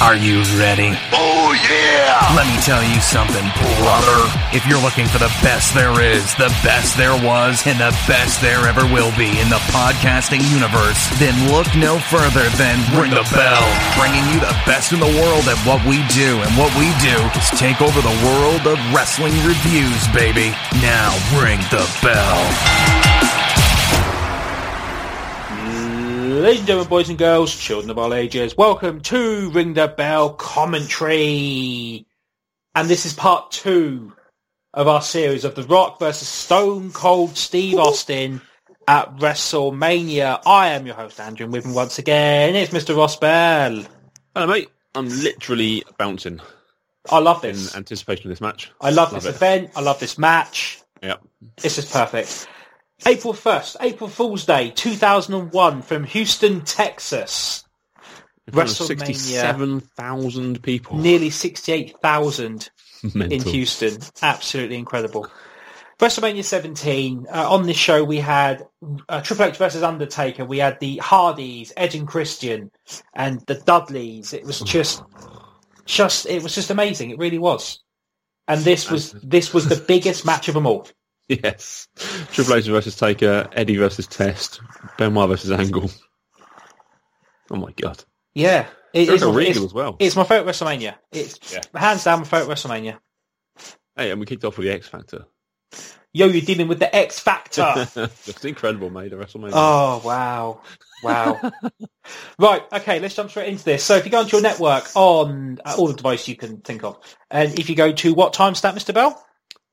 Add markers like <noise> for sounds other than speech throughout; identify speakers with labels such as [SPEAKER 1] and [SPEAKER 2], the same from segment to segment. [SPEAKER 1] Are you ready?
[SPEAKER 2] Oh yeah!
[SPEAKER 1] Let me tell you something, brother. If you're looking for the best there is, the best there was, and the best there ever will be in the podcasting universe, then look no further than Ring the Bell, bringing you the best in the world at what we do. And what we do is take over the world of wrestling reviews, baby. Now, ring the bell.
[SPEAKER 3] Ladies and gentlemen, boys and girls, children of all ages, welcome to Ring the Bell commentary. And this is part two of our series of The Rock versus Stone Cold Steve Austin at WrestleMania. I am your host, Andrew, and with me once again, it's Mr. Ross Bell.
[SPEAKER 4] Hello, mate. I'm literally bouncing
[SPEAKER 3] I love
[SPEAKER 4] in
[SPEAKER 3] this.
[SPEAKER 4] anticipation of this match.
[SPEAKER 3] I love this
[SPEAKER 4] it.
[SPEAKER 3] event. I love this match.
[SPEAKER 4] Yeah.
[SPEAKER 3] This is perfect. April 1st, April Fool's Day, 2001, from Houston, Texas.
[SPEAKER 4] In front of
[SPEAKER 3] WrestleMania.
[SPEAKER 4] 67,000 people.
[SPEAKER 3] Nearly 68,000 in
[SPEAKER 4] Mental.
[SPEAKER 3] Houston. Absolutely incredible. WrestleMania 17. Uh, on this show, we had uh, Triple H versus Undertaker. We had the Hardys, Edge and Christian, and the Dudleys. It was just, just, it was just amazing. It really was. And this was this was the biggest match of them all.
[SPEAKER 4] Yes. Triple H versus Taker, Eddie versus Test, Benoit versus Angle. Oh my god.
[SPEAKER 3] Yeah, it,
[SPEAKER 4] There was a
[SPEAKER 3] my-
[SPEAKER 4] Regal as well.
[SPEAKER 3] It's my favorite WrestleMania. It's
[SPEAKER 4] Yeah.
[SPEAKER 3] hands down my favorite WrestleMania.
[SPEAKER 4] Hey, and we kicked off with the X Factor.
[SPEAKER 3] Yo, you're dealing with the X
[SPEAKER 4] <laughs>
[SPEAKER 3] Factor.
[SPEAKER 4] Just incredible, mate. At WrestleMania.
[SPEAKER 3] Oh wow, wow! <laughs> right, okay, let's jump straight into this. So, if you go onto your network on uh, all the devices you can think of, and if you go to what timestamp, Mister Bell?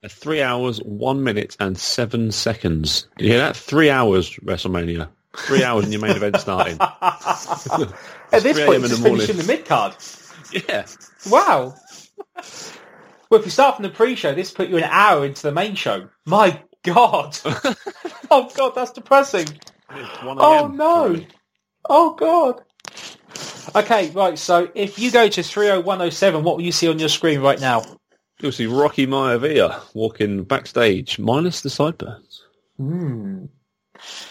[SPEAKER 4] At Three hours, one minute, and seven seconds. Did You hear that? Three hours, WrestleMania. Three hours and your main event
[SPEAKER 3] <laughs>
[SPEAKER 4] starting.
[SPEAKER 3] At this
[SPEAKER 4] 3
[SPEAKER 3] point, it's
[SPEAKER 4] a.m. in
[SPEAKER 3] just
[SPEAKER 4] the morning.
[SPEAKER 3] finishing the mid card.
[SPEAKER 4] Yeah.
[SPEAKER 3] Wow. well, if you start from the pre-show, this put you an hour into the main show. My
[SPEAKER 4] <laughs>
[SPEAKER 3] God! oh God, that's depressing.
[SPEAKER 4] It's 1
[SPEAKER 3] Oh
[SPEAKER 4] AM,
[SPEAKER 3] no!
[SPEAKER 4] apparently.
[SPEAKER 3] Oh God! Okay, right. So, if you go to three hundred one hundred seven, what will you see on your screen right now?
[SPEAKER 4] You'll see Rocky Maivia walking backstage, minus the sideburns.
[SPEAKER 3] Hmm.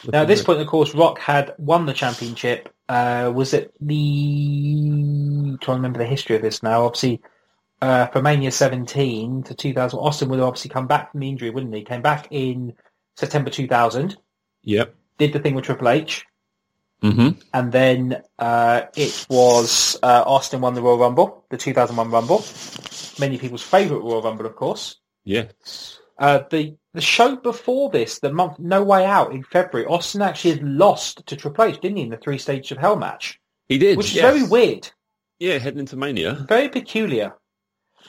[SPEAKER 3] Now, at this point, of course, Rock had won the championship. Uh, was it the? Trying to remember the history of this now. Obviously, uh, for Mania 17 to 2000, Austin would have obviously come back from the injury, wouldn't he? Came back in September 2000,
[SPEAKER 4] Yep.
[SPEAKER 3] did the thing with Triple H,
[SPEAKER 4] hmm
[SPEAKER 3] and then uh, it was uh, Austin won the Royal Rumble, the 2001 Rumble. Many people's favourite Royal Rumble, of course.
[SPEAKER 4] Yes.
[SPEAKER 3] Uh, the the show before this, the month No Way Out in February, Austin actually had lost to Triple H, didn't he, in the three stages of Hell match,
[SPEAKER 4] He did.
[SPEAKER 3] which is
[SPEAKER 4] yes.
[SPEAKER 3] very weird,
[SPEAKER 4] Yeah, heading into Mania.
[SPEAKER 3] very peculiar.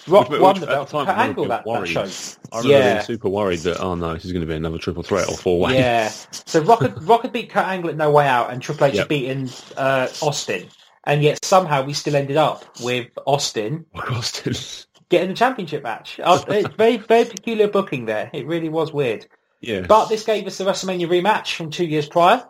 [SPEAKER 3] Rock
[SPEAKER 4] Which-
[SPEAKER 3] won
[SPEAKER 4] which
[SPEAKER 3] the
[SPEAKER 4] at
[SPEAKER 3] belt
[SPEAKER 4] the time
[SPEAKER 3] per
[SPEAKER 4] we were a
[SPEAKER 3] angle
[SPEAKER 4] bit
[SPEAKER 3] that, that
[SPEAKER 4] worried.
[SPEAKER 3] show.
[SPEAKER 4] I remember
[SPEAKER 3] yeah,
[SPEAKER 4] being <laughs> super worried that, oh no, this is going to be another triple threat or four <laughs> way.
[SPEAKER 3] yeah. So Rock had, Rock had beat Kurt Angle at No Way Out, and Triple H had
[SPEAKER 4] Yep.
[SPEAKER 3] beaten uh, Austin, and yet somehow we still ended up with Austin
[SPEAKER 4] Austin.
[SPEAKER 3] getting the championship match. Uh, it's very very peculiar booking there. It really was weird.
[SPEAKER 4] <laughs> yeah.
[SPEAKER 3] But this gave us the WrestleMania rematch from two years prior.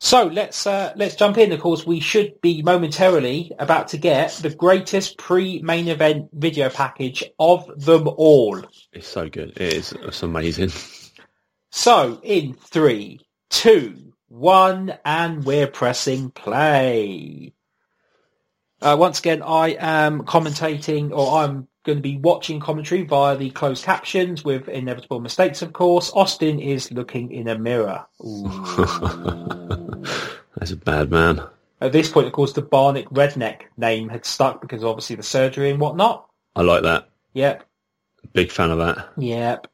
[SPEAKER 3] So let's uh, let's jump in. Of course, we should be momentarily about to get the greatest pre-main event video package of them all.
[SPEAKER 4] it's so good. It is. It's amazing.
[SPEAKER 3] So in three, two, one, and we're pressing play. Uh, once again, I am commentating, or I'm going to be watching commentary via the closed captions with inevitable mistakes, of course. Austin is looking in a mirror.
[SPEAKER 4] That's a bad man.
[SPEAKER 3] At this point, of course, the Barnick Redneck name had stuck because obviously the surgery and whatnot.
[SPEAKER 4] I like that.
[SPEAKER 3] Yep,
[SPEAKER 4] Big fan of that.
[SPEAKER 3] yep.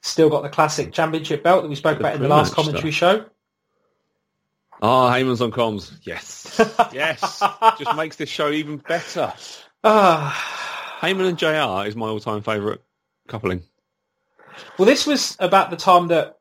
[SPEAKER 3] Still got the classic championship belt that we spoke about in the
[SPEAKER 4] pretty
[SPEAKER 3] last
[SPEAKER 4] much
[SPEAKER 3] commentary show.
[SPEAKER 4] Ah, Heyman's on comms.
[SPEAKER 3] <laughs>
[SPEAKER 4] Yes. yes. Just makes this show even better.
[SPEAKER 3] Ah.
[SPEAKER 4] Heyman and JR is my all-time favourite coupling.
[SPEAKER 3] Well, this was about the time that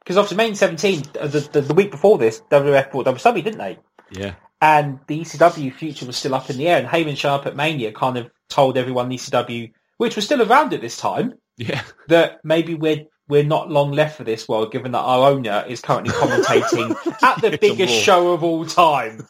[SPEAKER 3] because after Main 17, uh, the, the the week before this, WWF bought WWE, didn't they?
[SPEAKER 4] Yeah.
[SPEAKER 3] And the ECW future was still up in the air, and Heyman Sharp at Mania kind of told everyone in ECW, which was still around at this time,
[SPEAKER 4] Yeah.
[SPEAKER 3] that maybe we're we're not long left for this world, given that our owner is currently
[SPEAKER 4] <laughs>
[SPEAKER 3] commentating at the
[SPEAKER 4] Yes,
[SPEAKER 3] biggest
[SPEAKER 4] on Raw.
[SPEAKER 3] show of all
[SPEAKER 4] <laughs>
[SPEAKER 3] time.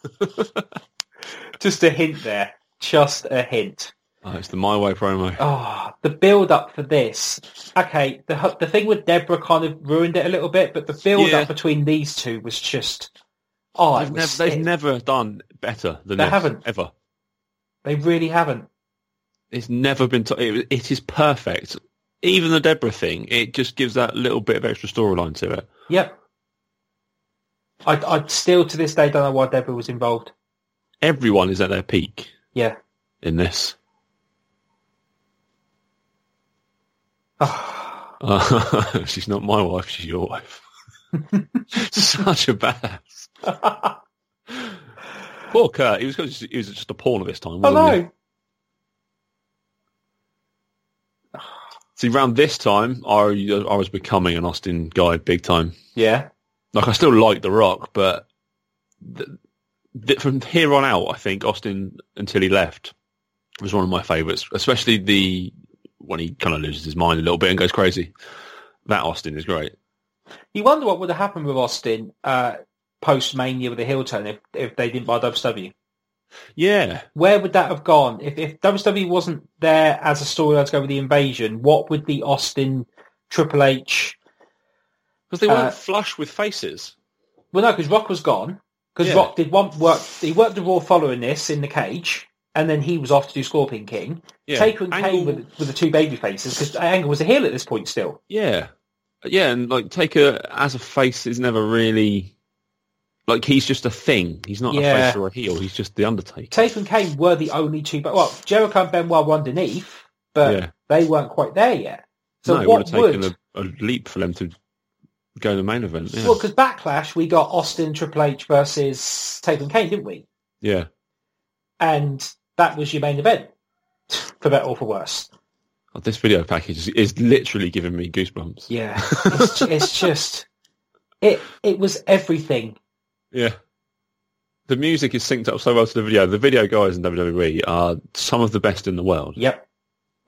[SPEAKER 3] Just a hint there. Just a hint.
[SPEAKER 4] Oh, it's the My Way promo.
[SPEAKER 3] Oh, the build up for this. Okay, the the thing with Deborah kind of ruined it a little bit, but the build
[SPEAKER 4] Yeah.
[SPEAKER 3] up between these two was just. Oh, it
[SPEAKER 4] They've,
[SPEAKER 3] was,
[SPEAKER 4] nev- they've
[SPEAKER 3] it-
[SPEAKER 4] never done better than
[SPEAKER 3] They
[SPEAKER 4] this,
[SPEAKER 3] haven't.
[SPEAKER 4] ever.
[SPEAKER 3] They really haven't.
[SPEAKER 4] It's never been. To- it, it is perfect. Even the Deborah thing, it just gives that little bit of extra storyline to it.
[SPEAKER 3] Yep. I, I still to this day don't know why Deborah was involved.
[SPEAKER 4] Everyone is at their peak
[SPEAKER 3] Yeah. <sighs>
[SPEAKER 4] in this. <laughs> Uh, she's not my wife. She's your wife. <laughs> Such a badass.
[SPEAKER 3] <laughs>
[SPEAKER 4] Poor Kurt. He was just, he was just a pawn at this time.
[SPEAKER 3] Oh
[SPEAKER 4] Wasn't he?
[SPEAKER 3] no.
[SPEAKER 4] See, around this time, I I was becoming an Austin guy big time.
[SPEAKER 3] Yeah.
[SPEAKER 4] Like I still like The Rock, but th- th- from here on out, I think Austin until he left was one of my favourites. Especially the when he kind of loses his mind a little bit and goes crazy. That Austin is great.
[SPEAKER 3] You wonder what would have happened with Austin uh, post Mania with the heel turn if, if they didn't buy WCW.
[SPEAKER 4] Yeah,
[SPEAKER 3] Where would that have gone? If, if WCW wasn't there as a storyline to go with the invasion, what would the Austin Triple H?
[SPEAKER 4] because they
[SPEAKER 3] Uh,
[SPEAKER 4] weren't flush with faces.
[SPEAKER 3] Well, no, because Rock was gone. Because
[SPEAKER 4] Yeah.
[SPEAKER 3] Rock did one work. He worked the Raw following this in the cage, and then he was off to do Scorpion King.
[SPEAKER 4] Yeah.
[SPEAKER 3] Taker and Kane
[SPEAKER 4] Angle-
[SPEAKER 3] were the, were the two baby faces because Angle was a heel at this point still.
[SPEAKER 4] Yeah, yeah, and like Taker as a face is never really like he's just a thing. He's not
[SPEAKER 3] Yeah.
[SPEAKER 4] a face or a heel. He's just the Undertaker.
[SPEAKER 3] Taker and Kane were the only two. But well, Jericho and Benoit were underneath, but
[SPEAKER 4] Yeah.
[SPEAKER 3] they weren't quite there yet. So
[SPEAKER 4] no, it
[SPEAKER 3] what
[SPEAKER 4] would have
[SPEAKER 3] would?
[SPEAKER 4] taken a, a leap for them to go to the main event. Yeah,
[SPEAKER 3] Well, because Backlash, we got Austin Triple H versus Taker and Kane, didn't we?
[SPEAKER 4] yeah.
[SPEAKER 3] And that was your main event, <laughs> for better or for worse.
[SPEAKER 4] Oh, this video package is, is literally giving me goosebumps.
[SPEAKER 3] Yeah, <laughs> it's, ju- it's just it. It was everything.
[SPEAKER 4] Yeah. The music is synced up so well to the video. The video guys in WWE are some of the best in the world.
[SPEAKER 3] Yep,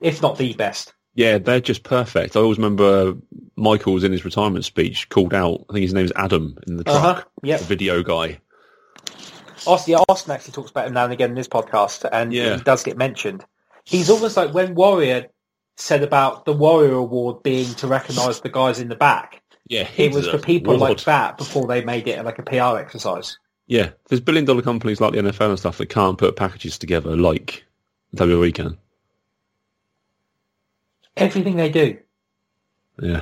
[SPEAKER 3] if not the best.
[SPEAKER 4] Yeah, they're just perfect. I always remember Michael was in his retirement speech called out, I think his name's Adam in the truck,
[SPEAKER 3] Uh-huh. Yep.
[SPEAKER 4] the video guy.
[SPEAKER 3] Austin, yeah, Austin actually talks about him now and again in this podcast, and
[SPEAKER 4] Yeah.
[SPEAKER 3] he does get mentioned. He's almost like when Warrior said about the Warrior Award being to recognise the guys in the back.
[SPEAKER 4] Yeah,
[SPEAKER 3] It was for people
[SPEAKER 4] Lord.
[SPEAKER 3] like that before they made it like a PR exercise.
[SPEAKER 4] Yeah, there's billion dollar companies like the NFL and stuff that can't put packages together like WWE can.
[SPEAKER 3] Everything they do.
[SPEAKER 4] Yeah.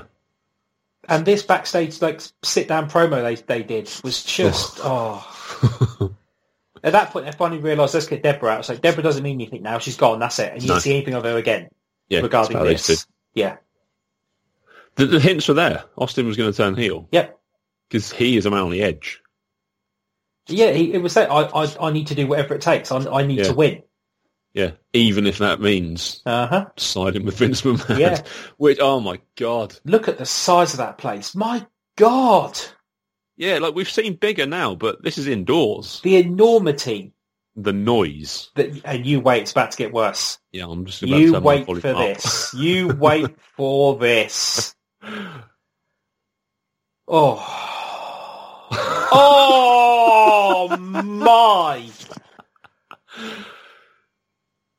[SPEAKER 3] And this backstage like sit down promo they they did was just oh.
[SPEAKER 4] <laughs>
[SPEAKER 3] At that point, they finally realised let's get Deborah out. It's like Deborah doesn't mean anything now; she's gone. That's it, and you
[SPEAKER 4] No.
[SPEAKER 3] don't see anything of her again
[SPEAKER 4] Yeah, that's
[SPEAKER 3] regarding
[SPEAKER 4] about those
[SPEAKER 3] this.
[SPEAKER 4] two.
[SPEAKER 3] Yeah,
[SPEAKER 4] The, the hints were there. Austin was going to turn heel
[SPEAKER 3] yep,
[SPEAKER 4] because he is a man on the edge.
[SPEAKER 3] yeah. He, it was that I, I I need to do whatever it takes. I, I need
[SPEAKER 4] Yeah.
[SPEAKER 3] to win.
[SPEAKER 4] Yeah, even if that means
[SPEAKER 3] Uh huh.
[SPEAKER 4] siding with Vince McMahon.
[SPEAKER 3] Yeah.
[SPEAKER 4] <laughs> Which, oh my god,
[SPEAKER 3] Look at the size of that place. My God,
[SPEAKER 4] yeah, like we've seen bigger now, but this is indoors.
[SPEAKER 3] the enormity
[SPEAKER 4] The noise.
[SPEAKER 3] that. And you wait; it's about to get worse.
[SPEAKER 4] Yeah, I'm just about to
[SPEAKER 3] You
[SPEAKER 4] turn
[SPEAKER 3] wait
[SPEAKER 4] my
[SPEAKER 3] for
[SPEAKER 4] volume up. <laughs>
[SPEAKER 3] this. You wait for this. Oh. Oh my.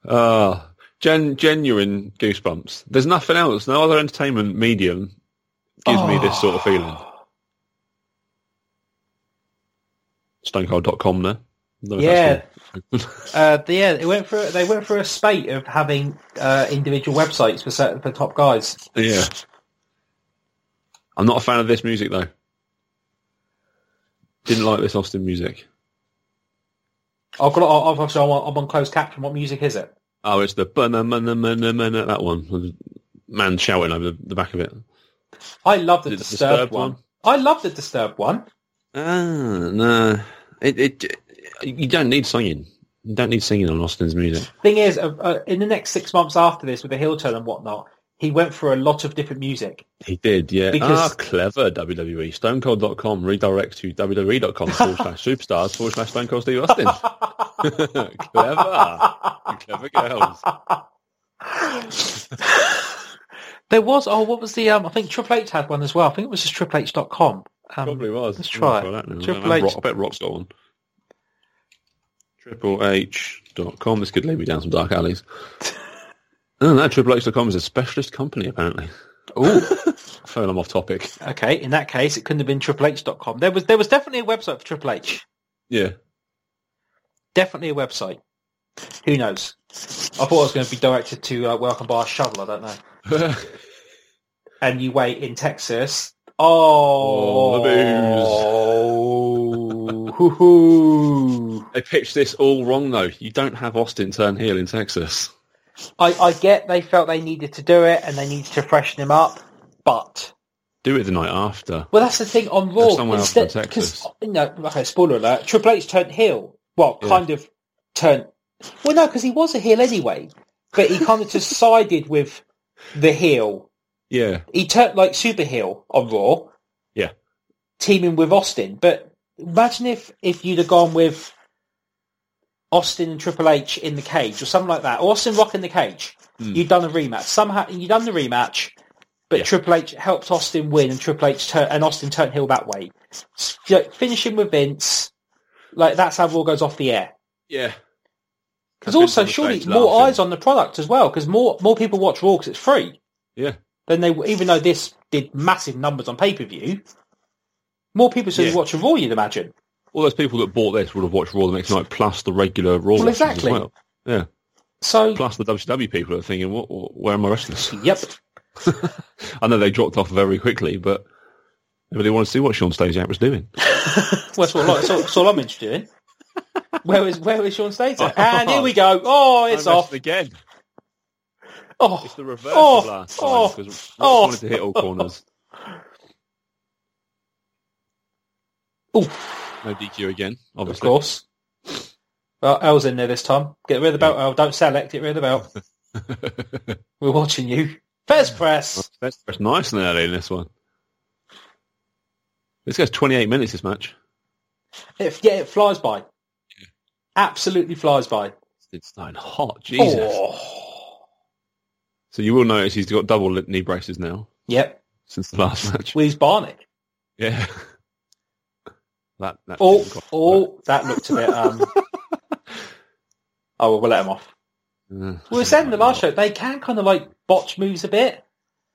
[SPEAKER 4] Ah, gen- genuine goosebumps. There's nothing else. No other entertainment medium gives me this sort of
[SPEAKER 3] Ah.
[SPEAKER 4] feeling. Stonecold.com there. No,
[SPEAKER 3] Yeah.
[SPEAKER 4] that's all.
[SPEAKER 3] Uh, the- yeah, they went for they went for a spate of having uh, individual websites for certain for top guys.
[SPEAKER 4] yeah. I'm not a fan of this music though. Didn't like this Austin music.
[SPEAKER 3] I've got I've, I've, I'm, on, I'm on closed caption. What music is it?
[SPEAKER 4] Oh, it's the banana, banana, banana, banana, that one. with the Man shouting over the, the back of it.
[SPEAKER 3] I love the,
[SPEAKER 4] The
[SPEAKER 3] disturbed,
[SPEAKER 4] Disturbed
[SPEAKER 3] one.
[SPEAKER 4] one?
[SPEAKER 3] I love the disturbed one.
[SPEAKER 4] Ah, no. It, it, you don't need singing. You don't need singing on Austin's music.
[SPEAKER 3] Thing is, uh, uh, in the next six months after this, with the heel turn and whatnot, he went for a lot of different music.
[SPEAKER 4] He did, yeah.
[SPEAKER 3] Because-
[SPEAKER 4] ah, clever, WWE. StoneCold.com redirect to <laughs> WWE.com forward slash superstars forward slash Stone Cold Steve Austin. <laughs> clever. Clever girls.
[SPEAKER 3] There was oh, what was the um? I think Triple H had one as well. I think it was just tripleH.com. Um,
[SPEAKER 4] Probably was.
[SPEAKER 3] let's try
[SPEAKER 4] I'll
[SPEAKER 3] it.
[SPEAKER 4] that now.
[SPEAKER 3] Triple
[SPEAKER 4] I, bet
[SPEAKER 3] H.
[SPEAKER 4] Rock, I bet Rock's got one. Triple H dot com. This could lead me down some dark
[SPEAKER 3] <laughs>
[SPEAKER 4] alleys. No, no, Triple H dot com is a specialist company, apparently.
[SPEAKER 3] Oh,
[SPEAKER 4] <laughs> I feel I'm off topic.
[SPEAKER 3] okay. In that case,
[SPEAKER 4] <laughs>
[SPEAKER 3] it couldn't have been tripleh.com. There was there was definitely a website for Triple H.
[SPEAKER 4] Yeah.
[SPEAKER 3] Definitely a website. Who knows? I thought I was going to be directed to uh, Welcome by a Shovel. I don't know. And you wait in Texas. Oh,
[SPEAKER 4] Oh, the booze.
[SPEAKER 3] Oh, <laughs> hoo-hoo.
[SPEAKER 4] they pitched this all wrong though. You don't have Austin turn heel in Texas.
[SPEAKER 3] I, I get they felt they needed to do it and they needed to freshen him up, but
[SPEAKER 4] Do it the night after.
[SPEAKER 3] Well, that's the thing on Raw.
[SPEAKER 4] There's someone else
[SPEAKER 3] instead-
[SPEAKER 4] from Texas.
[SPEAKER 3] 'cause, you know, okay, spoiler alert. Triple H turned heel. Well,
[SPEAKER 4] Yeah.
[SPEAKER 3] kind of turned. Well, no, because he was a heel anyway, but he kind of just <laughs> sided with the heel.
[SPEAKER 4] Yeah,
[SPEAKER 3] He turned like super heel on Raw,
[SPEAKER 4] yeah.
[SPEAKER 3] teaming with Austin. But imagine if if you'd have gone with Austin and Triple H in the cage or something like that, or Austin Rock in the cage. You'd done a rematch somehow. You'd done the rematch, but
[SPEAKER 4] Hmm. Yeah.
[SPEAKER 3] Triple H helped Austin win, and Triple H tur- and Austin turned heel that way, S- like, finishing with Vince. Like that's how Raw goes off the air.
[SPEAKER 4] Yeah.
[SPEAKER 3] Because also, surely more eyes on the product as well, because more more people watch Raw because it's free.
[SPEAKER 4] Yeah.
[SPEAKER 3] Then they, even though this did massive numbers on pay per view, more people should
[SPEAKER 4] Yeah.
[SPEAKER 3] watch a Raw. You'd imagine.
[SPEAKER 4] All those people that bought this would have watched Raw the next night, plus the regular Raw.
[SPEAKER 3] Well,
[SPEAKER 4] watchers as
[SPEAKER 3] exactly.
[SPEAKER 4] well. Yeah.
[SPEAKER 3] So,
[SPEAKER 4] Plus the WCW people are thinking, what, what- where are my wrestlers?
[SPEAKER 3] yep.
[SPEAKER 4] I know they dropped off very quickly, but everybody wanted to see what Sean Stasiak was doing.
[SPEAKER 3] Well, that's all, I- that's all, that's all I'm interested in. Where is where is Sean Slater? And here we go. Oh, it's
[SPEAKER 4] I'm
[SPEAKER 3] off.
[SPEAKER 4] wrestling again.
[SPEAKER 3] Oh,
[SPEAKER 4] It's the reverse
[SPEAKER 3] Oh,
[SPEAKER 4] of last time
[SPEAKER 3] oh,
[SPEAKER 4] because Rock
[SPEAKER 3] oh.
[SPEAKER 4] wanted to hit all corners.
[SPEAKER 3] Oof,
[SPEAKER 4] No DQ again,
[SPEAKER 3] of
[SPEAKER 4] obviously.
[SPEAKER 3] course. Well, L's in there this time. Get rid of the belt, L. Don't select. Get rid of the belt. We're watching you. First press.
[SPEAKER 4] That's that's nice and early in this one. This goes 28 minutes, this match.
[SPEAKER 3] It, yeah, it flies by. Absolutely flies by.
[SPEAKER 4] It's nine hot, Jesus.
[SPEAKER 3] Oh.
[SPEAKER 4] So you will notice he's got double knee braces now
[SPEAKER 3] Yep.
[SPEAKER 4] since the last <laughs> match.
[SPEAKER 3] Where's Barnick?
[SPEAKER 4] Yeah. <laughs> that, that
[SPEAKER 3] Oh,
[SPEAKER 4] didn't go-
[SPEAKER 3] oh, that looked a bit. Um... oh, well, we'll let him off.
[SPEAKER 4] Yeah.
[SPEAKER 3] We were saying in the last show, they can kind of like botch moves a bit.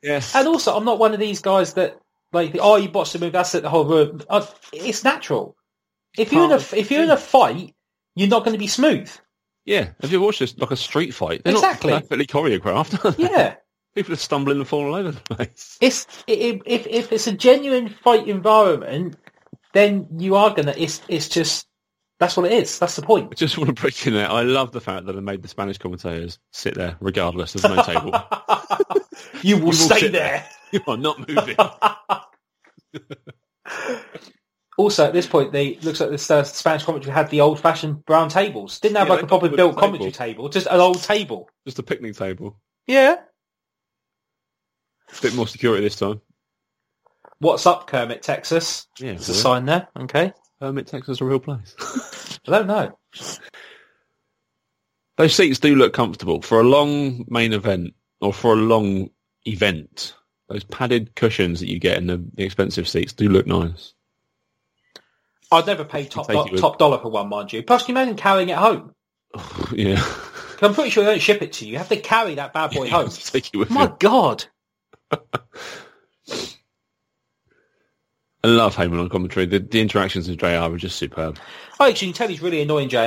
[SPEAKER 4] Yes.
[SPEAKER 3] And also, I'm not one of these guys that like, oh, you botched the move. That's it. The whole room. Uh, It's natural. If you're in a
[SPEAKER 4] Part of
[SPEAKER 3] if you're in a fight, you're not going to be smooth.
[SPEAKER 4] Yeah. Have you watched this? Like a street fight. They're
[SPEAKER 3] Exactly.
[SPEAKER 4] not perfectly choreographed. <laughs> are they?
[SPEAKER 3] Yeah,
[SPEAKER 4] People are stumbling and falling all over the place.
[SPEAKER 3] it's i- i- if if it's a genuine fight environment, then you are gonna. It's it's just that's what it is. That's the
[SPEAKER 4] I
[SPEAKER 3] point.
[SPEAKER 4] just want to break in there. I love the fact that they made the Spanish commentators sit there regardless. There's no
[SPEAKER 3] <laughs>
[SPEAKER 4] table.
[SPEAKER 3] You will,
[SPEAKER 4] will
[SPEAKER 3] stay
[SPEAKER 4] sit
[SPEAKER 3] there.
[SPEAKER 4] there. you are not moving.
[SPEAKER 3] Also, at this point, they looks like the S- Spanish commentary had the old-fashioned brown tables. Didn't have
[SPEAKER 4] Yeah,
[SPEAKER 3] like a
[SPEAKER 4] they
[SPEAKER 3] properly
[SPEAKER 4] got
[SPEAKER 3] built
[SPEAKER 4] wood
[SPEAKER 3] commentary table, just an old table.
[SPEAKER 4] Just a picnic table.
[SPEAKER 3] Yeah.
[SPEAKER 4] bit more security this time.
[SPEAKER 3] What's up, Kermit, Texas?
[SPEAKER 4] Yeah,
[SPEAKER 3] There's a
[SPEAKER 4] really.
[SPEAKER 3] sign there. Okay.
[SPEAKER 4] Hermit Texas a real place.
[SPEAKER 3] I don't know.
[SPEAKER 4] Those seats do look comfortable for a long main event or for a long event. Those padded cushions that you get in the, the expensive seats do look nice. <laughs>
[SPEAKER 3] I'd never pay top
[SPEAKER 4] take
[SPEAKER 3] do-
[SPEAKER 4] you with-
[SPEAKER 3] top dollar for one, mind you. Plus, can you imagine carrying it home?
[SPEAKER 4] yeah.
[SPEAKER 3] 'Cause I'm pretty sure they don't ship it to you. You have to carry that bad
[SPEAKER 4] <laughs>
[SPEAKER 3] boy home.
[SPEAKER 4] Take you with
[SPEAKER 3] My
[SPEAKER 4] you.
[SPEAKER 3] God.
[SPEAKER 4] I love Heyman on commentary. The, the interactions with JR are just superb.
[SPEAKER 3] Oh, actually, you can tell he's really annoying JR.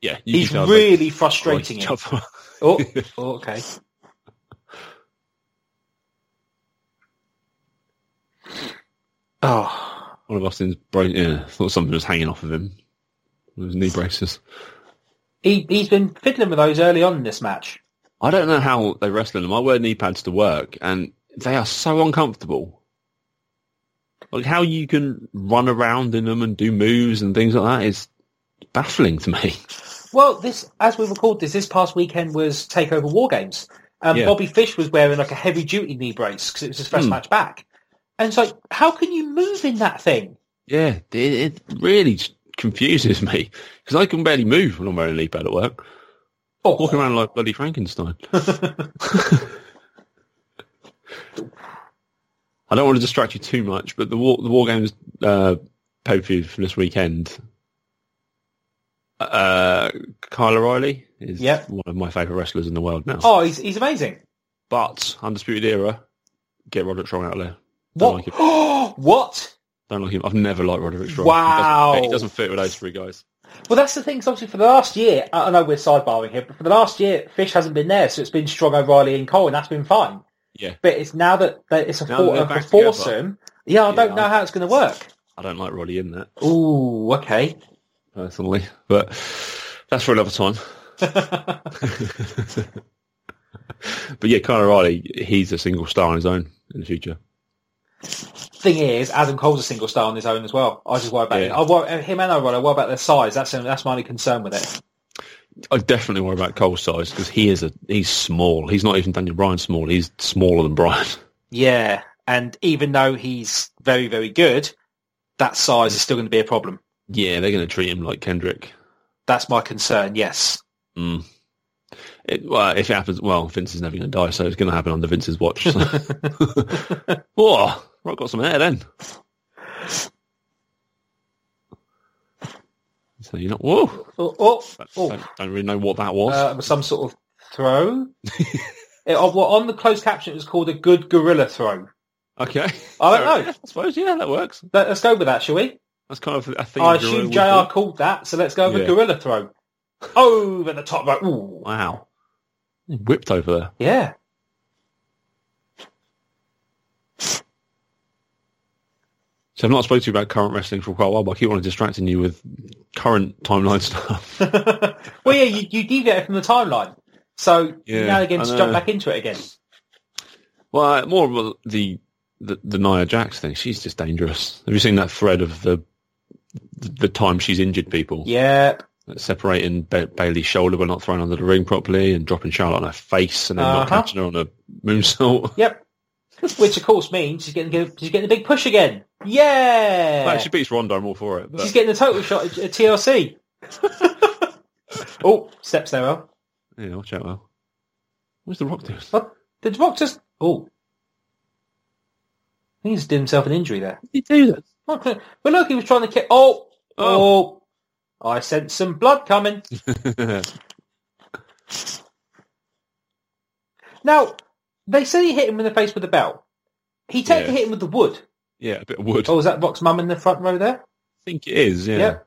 [SPEAKER 4] Yeah. you
[SPEAKER 3] He's
[SPEAKER 4] can tell they-
[SPEAKER 3] really frustrating him. Oh, oh, okay. Oh,
[SPEAKER 4] <laughs> One of Austin's bra- yeah, thought something was hanging off of him. With his knee braces.
[SPEAKER 3] he, he's been fiddling with those early on in this match.
[SPEAKER 4] I don't know how they wrestle in them. I wear knee pads to work, and they are so uncomfortable. Like how you can run around in them and do moves and things like that is baffling to me. <laughs>
[SPEAKER 3] Well, this as we record this, this past weekend was Takeover War Games. Um,
[SPEAKER 4] Yeah. Hmm.
[SPEAKER 3] Bobby Fish was wearing like a heavy duty knee brace because it was his first match back, and it's like, how can you move in that thing?
[SPEAKER 4] Yeah, it, it really just confuses me because I can barely move when I'm wearing a knee pad at work.
[SPEAKER 3] Oh,
[SPEAKER 4] Walking around like
[SPEAKER 3] <laughs>
[SPEAKER 4] bloody Frankenstein. I don't want to distract you too much, but the war, the war games uh, pay per view from this weekend. Uh, Kyle O'Reilly is
[SPEAKER 3] Yep.
[SPEAKER 4] one of my favourite wrestlers in the world now.
[SPEAKER 3] oh, he's he's amazing.
[SPEAKER 4] But Undisputed Era, get Roderick Strong out of there. Don't
[SPEAKER 3] What?
[SPEAKER 4] like him.
[SPEAKER 3] <gasps> what?
[SPEAKER 4] Don't like him. I've never liked Roderick Strong. He
[SPEAKER 3] Wow.
[SPEAKER 4] doesn't fit, he doesn't fit with those three guys.
[SPEAKER 3] Well, that's the thing. 'cause obviously, for the last year, I I know we're sidebarring here, but for the last year, Fish hasn't been there, so it's been Strong, O'Reilly, and Cole, and that's been fine.
[SPEAKER 4] Yeah.
[SPEAKER 3] But it's now that, that it's a,
[SPEAKER 4] Now
[SPEAKER 3] four,
[SPEAKER 4] they're
[SPEAKER 3] a
[SPEAKER 4] back
[SPEAKER 3] foursome. Yeah, I
[SPEAKER 4] Yeah,
[SPEAKER 3] don't
[SPEAKER 4] I-
[SPEAKER 3] know how it's going to work.
[SPEAKER 4] I don't like Roddy in that
[SPEAKER 3] Ooh, okay.
[SPEAKER 4] personally, but that's for another <laughs> time. but yeah, Conor Riley, he's a single star on his own in the future.
[SPEAKER 3] Thing is, Adam Cole's a single star on his own as well. I just worry about
[SPEAKER 4] Yeah.
[SPEAKER 3] it. I worry, uh, him and O'Reilly. I worry about their size. That's that's my only concern with it.
[SPEAKER 4] I definitely worry about Cole's size because he is a he's small. He's not even Daniel Bryan small. He's smaller than Bryan.
[SPEAKER 3] Yeah, and even though he's very very good, that size is still going to be a problem.
[SPEAKER 4] Yeah, they're going to treat him like Kendrick.
[SPEAKER 3] That's my concern. Yes.
[SPEAKER 4] Mm. It, well, if it happens, well, Vince is never going to die, so it's going to happen under
[SPEAKER 3] <laughs>
[SPEAKER 4] Vince's watch. <laughs> So. Whoa, right, got some hair then. So you're not, whoa.
[SPEAKER 3] Oh, oh, oh.
[SPEAKER 4] Don't, don't really know what that was.
[SPEAKER 3] Uh, some sort of
[SPEAKER 4] <laughs>
[SPEAKER 3] throw. it, oh, well, on the closed caption, it was called a good gorilla throw.
[SPEAKER 4] okay.
[SPEAKER 3] I don't know.
[SPEAKER 4] <laughs> I suppose, yeah, that works.
[SPEAKER 3] Let, us go with that, shall we?
[SPEAKER 4] That's kind of a thing.
[SPEAKER 3] I
[SPEAKER 4] Drew
[SPEAKER 3] assume
[SPEAKER 4] would
[SPEAKER 3] JR
[SPEAKER 4] do.
[SPEAKER 3] called that, so let's go with
[SPEAKER 4] Yeah.
[SPEAKER 3] gorilla throw. Over the top rope. Ooh,
[SPEAKER 4] Wow. Whipped over there.
[SPEAKER 3] yeah.
[SPEAKER 4] So I've not spoken to you about current wrestling for quite a while, but I keep on distracting you with current timeline <laughs> stuff.
[SPEAKER 3] <laughs> well, yeah, you, you deviate from the timeline. So
[SPEAKER 4] Yeah,
[SPEAKER 3] now again,
[SPEAKER 4] I
[SPEAKER 3] just
[SPEAKER 4] know.
[SPEAKER 3] jump back into it again.
[SPEAKER 4] well, more of the, the the Nia Jax thing. She's just dangerous. Have you seen that thread of the the time she's injured people?
[SPEAKER 3] Yeah.
[SPEAKER 4] separating ba- Bailey's shoulder but not throwing under the ring properly and dropping Charlotte on her face and then not
[SPEAKER 3] Uh-huh.
[SPEAKER 4] catching her on a moonsault.
[SPEAKER 3] Yep. Which, of course, means she's getting she's getting a big push again. Yeah.
[SPEAKER 4] Well, she beats Ronda. I'm all for it.
[SPEAKER 3] She's
[SPEAKER 4] But,
[SPEAKER 3] getting a total shot at at
[SPEAKER 4] <laughs>
[SPEAKER 3] TLC. oh, steps there, Al.
[SPEAKER 4] yeah, watch out, well. What's the Rock doing?
[SPEAKER 3] What? Did Rock just... Oh. I think he just did himself an injury there.
[SPEAKER 4] He do that.
[SPEAKER 3] Not clear. But look, he was trying to kick... Oh! Oh! I sense some blood coming. now, they say he hit him in the face with a belt. He technically
[SPEAKER 4] Yeah.
[SPEAKER 3] hit him with the wood.
[SPEAKER 4] <laughs> yeah, a bit of wood.
[SPEAKER 3] Oh, is that Rock's mum in the front row there?
[SPEAKER 4] I think it is. Yeah.
[SPEAKER 3] Yep.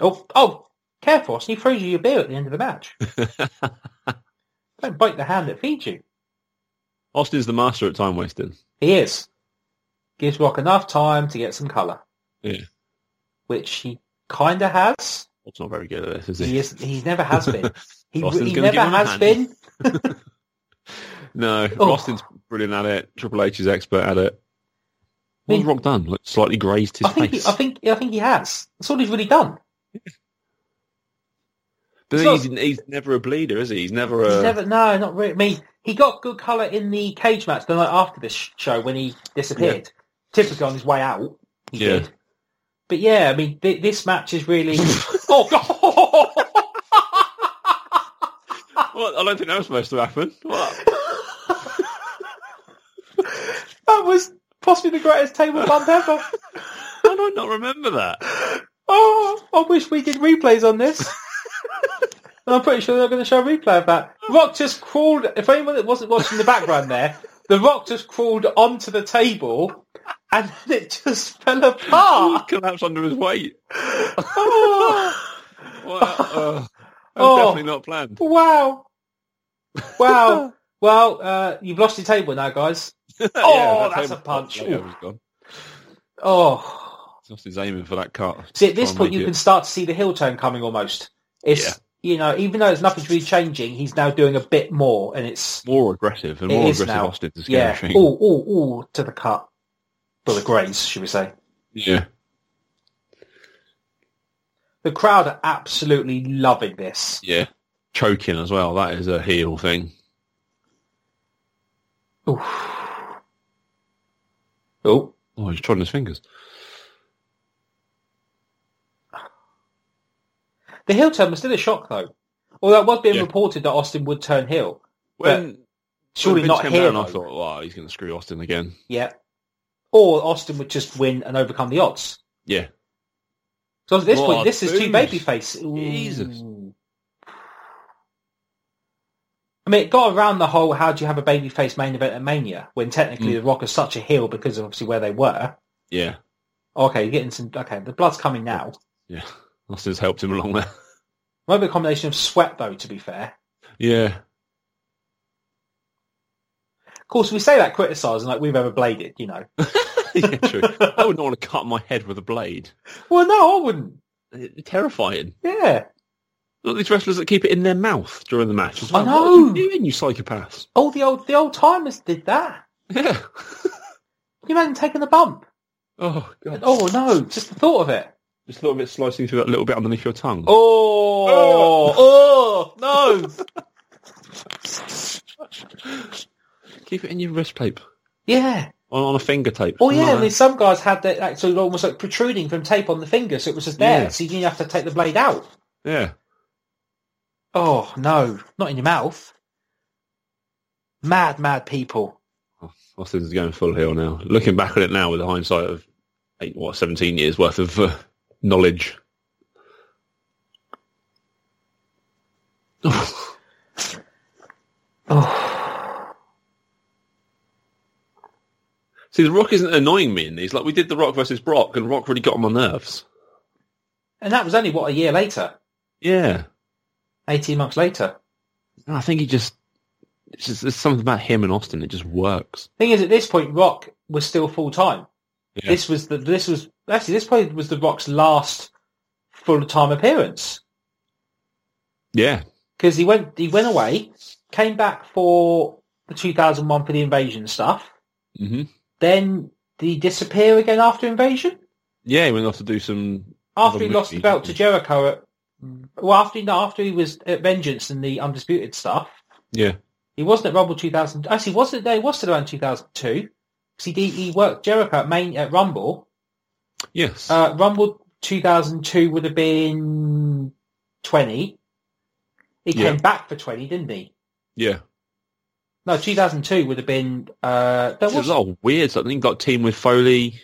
[SPEAKER 3] Oh, oh, careful, he throws you your beer at the end of the
[SPEAKER 4] <laughs>
[SPEAKER 3] match. Don't bite the hand that feeds you.
[SPEAKER 4] Austin's the master at time wasting.
[SPEAKER 3] He is. Gives Rock enough time to get some colour.
[SPEAKER 4] Yeah.
[SPEAKER 3] Which he kinda has.
[SPEAKER 4] Rock's not very good at this, is he?
[SPEAKER 3] He is he never has been.
[SPEAKER 4] <laughs>
[SPEAKER 3] He,
[SPEAKER 4] Austin's
[SPEAKER 3] he
[SPEAKER 4] gonna
[SPEAKER 3] never
[SPEAKER 4] give him a
[SPEAKER 3] has
[SPEAKER 4] hand.
[SPEAKER 3] been.
[SPEAKER 4] No,
[SPEAKER 3] Oh.
[SPEAKER 4] Austin's brilliant at it. Triple H is expert at it. What's
[SPEAKER 3] Me-
[SPEAKER 4] Rock done? Like, slightly grazed his
[SPEAKER 3] I think he,
[SPEAKER 4] face.
[SPEAKER 3] I think I think he has. That's all he's really done.
[SPEAKER 4] but
[SPEAKER 3] it's not-
[SPEAKER 4] he's, he's never a bleeder, is he? He's never a.
[SPEAKER 3] He's never no, not really. I mean, he got good colour in the cage match the night after this sh- show when he disappeared. Typically on his way out, he
[SPEAKER 4] Yeah.
[SPEAKER 3] did. But yeah, I mean, th- this match is really. oh god! <laughs>
[SPEAKER 4] Well, I don't think that was supposed to happen.
[SPEAKER 3] <laughs>
[SPEAKER 4] What?
[SPEAKER 3] That was possibly the greatest table bump ever.
[SPEAKER 4] How do I not remember that?
[SPEAKER 3] Oh, I wish we did replays on this. and I'm pretty sure they're going to show a replay of that. Rock just crawled. If anyone that wasn't watching the background there, the Rock just crawled onto the table, and <laughs> then it just fell apart.
[SPEAKER 4] Collapsed under his weight.
[SPEAKER 3] Oh,
[SPEAKER 4] Wow.
[SPEAKER 3] <laughs>
[SPEAKER 4] Uh, that
[SPEAKER 3] Oh.
[SPEAKER 4] was definitely not planned. <laughs>
[SPEAKER 3] wow, wow. Well, uh, you've lost your table now, guys. Oh, that's a punch.
[SPEAKER 4] Yeah, it was gone.
[SPEAKER 3] Oh,
[SPEAKER 4] Austin's aiming for that cut.
[SPEAKER 3] see, at this
[SPEAKER 4] Try and
[SPEAKER 3] point,
[SPEAKER 4] make
[SPEAKER 3] you
[SPEAKER 4] it-
[SPEAKER 3] can start to see the hill turn coming almost. It's
[SPEAKER 4] Oh, Yeah.
[SPEAKER 3] you know, even though it's nothing's really changing, he's now doing a bit more, and it's
[SPEAKER 4] more aggressive and
[SPEAKER 3] It
[SPEAKER 4] more
[SPEAKER 3] is
[SPEAKER 4] aggressive.
[SPEAKER 3] now.
[SPEAKER 4] Austin's a scary
[SPEAKER 3] Yeah. Oh.
[SPEAKER 4] thing.
[SPEAKER 3] All, all, all to the cut. Well, the Greys, should we say.
[SPEAKER 4] Yeah.
[SPEAKER 3] The crowd are absolutely loving this.
[SPEAKER 4] Yeah. Choking as well. That is a heel thing.
[SPEAKER 3] Oh,
[SPEAKER 4] Oh, he's trotting his fingers.
[SPEAKER 3] the heel turn was still a shock, though. Although it was being
[SPEAKER 4] Yeah.
[SPEAKER 3] reported that Austin would turn heel.
[SPEAKER 4] When,
[SPEAKER 3] Surely
[SPEAKER 4] when Vince
[SPEAKER 3] not
[SPEAKER 4] came
[SPEAKER 3] here.
[SPEAKER 4] down, I
[SPEAKER 3] though.
[SPEAKER 4] thought, wow, he's going to screw Austin again.
[SPEAKER 3] Yeah. Or Austin would just win and overcome the odds.
[SPEAKER 4] Yeah.
[SPEAKER 3] So at this
[SPEAKER 4] What
[SPEAKER 3] point,
[SPEAKER 4] a
[SPEAKER 3] this is two
[SPEAKER 4] booze.
[SPEAKER 3] babyface. Ooh.
[SPEAKER 4] Jesus.
[SPEAKER 3] I mean, it got around the whole how do you have a
[SPEAKER 4] Hmm.
[SPEAKER 3] babyface main event at Mania when technically The Rock is such a heel because of obviously where they were.
[SPEAKER 4] Yeah.
[SPEAKER 3] Okay, you're getting some. Okay, the blood's coming now.
[SPEAKER 4] Yeah, <laughs> Austin's helped him along there. <laughs>
[SPEAKER 3] Might be a combination of sweat, though. To be fair,
[SPEAKER 4] Yeah, <laughs>
[SPEAKER 3] of course, we say that criticising like we've ever bladed, you
[SPEAKER 4] <laughs>
[SPEAKER 3] know.
[SPEAKER 4] yeah, true. I would not want to cut my head with a blade.
[SPEAKER 3] Well, no, I wouldn't.
[SPEAKER 4] It- terrifying.
[SPEAKER 3] Yeah.
[SPEAKER 4] Look, these wrestlers that keep it in their mouth during the match. It's
[SPEAKER 3] I
[SPEAKER 4] like,
[SPEAKER 3] know.
[SPEAKER 4] What are you doing, you psychopaths? <laughs>
[SPEAKER 3] Oh, the old the old timers did that.
[SPEAKER 4] Yeah.
[SPEAKER 3] Can you imagine taking the bump?
[SPEAKER 4] Oh god.
[SPEAKER 3] Oh no, just the thought of it.
[SPEAKER 4] Just a little bit slicing through that little bit underneath your tongue.
[SPEAKER 3] Oh, oh, no.
[SPEAKER 4] <laughs> Keep it in your wrist tape.
[SPEAKER 3] Yeah.
[SPEAKER 4] On, on a finger tape.
[SPEAKER 3] Oh,
[SPEAKER 4] something
[SPEAKER 3] yeah.
[SPEAKER 4] like
[SPEAKER 3] I mean, some guys had that actually almost like protruding from tape on the finger, so it was just there.
[SPEAKER 4] Yeah.
[SPEAKER 3] So you didn't have to take the blade out.
[SPEAKER 4] that. Yeah.
[SPEAKER 3] Oh no, not in your mouth. Mad, mad people.
[SPEAKER 4] Austin's going full heel now. Looking back at it now with the hindsight of eight, what, 17 years worth of uh, knowledge.
[SPEAKER 3] Oh.
[SPEAKER 4] See, The Rock isn't annoying me in these. Like, we did The Rock versus Brock, and Rock really got on my nerves.
[SPEAKER 3] And that was only what a year later,
[SPEAKER 4] Yeah.
[SPEAKER 3] eighteen months later.
[SPEAKER 4] And I think he just, it's just, there's something about him and Austin that just works.
[SPEAKER 3] Thing is, at this point, Rock was still full time.
[SPEAKER 4] Yeah.
[SPEAKER 3] This was the this was actually this point was the Rock's last full time appearance
[SPEAKER 4] Yeah.
[SPEAKER 3] because he went he went away, came back for the 2001 for the Invasion stuff.
[SPEAKER 4] hmm
[SPEAKER 3] Then did he disappear again after Invasion?
[SPEAKER 4] Yeah, he went off to do some.
[SPEAKER 3] After
[SPEAKER 4] other
[SPEAKER 3] he lost the
[SPEAKER 4] movies,
[SPEAKER 3] belt to
[SPEAKER 4] didn't
[SPEAKER 3] Jericho at well after no, after he was at Vengeance and the Undisputed stuff.
[SPEAKER 4] he? Yeah.
[SPEAKER 3] He wasn't at Rumble 2000. Actually, he wasn't there. He was still around 2002 because he, did- he worked Jericho at main at Rumble.
[SPEAKER 4] Yes.
[SPEAKER 3] Uh, Rumble 2002 would have been 20. He
[SPEAKER 4] Yeah.
[SPEAKER 3] came back for 20, didn't he?
[SPEAKER 4] yeah.
[SPEAKER 3] No, 2002 would have been. Uh, there
[SPEAKER 4] It was
[SPEAKER 3] was.
[SPEAKER 4] a lot of weird stuff. Then he got teamed with Foley.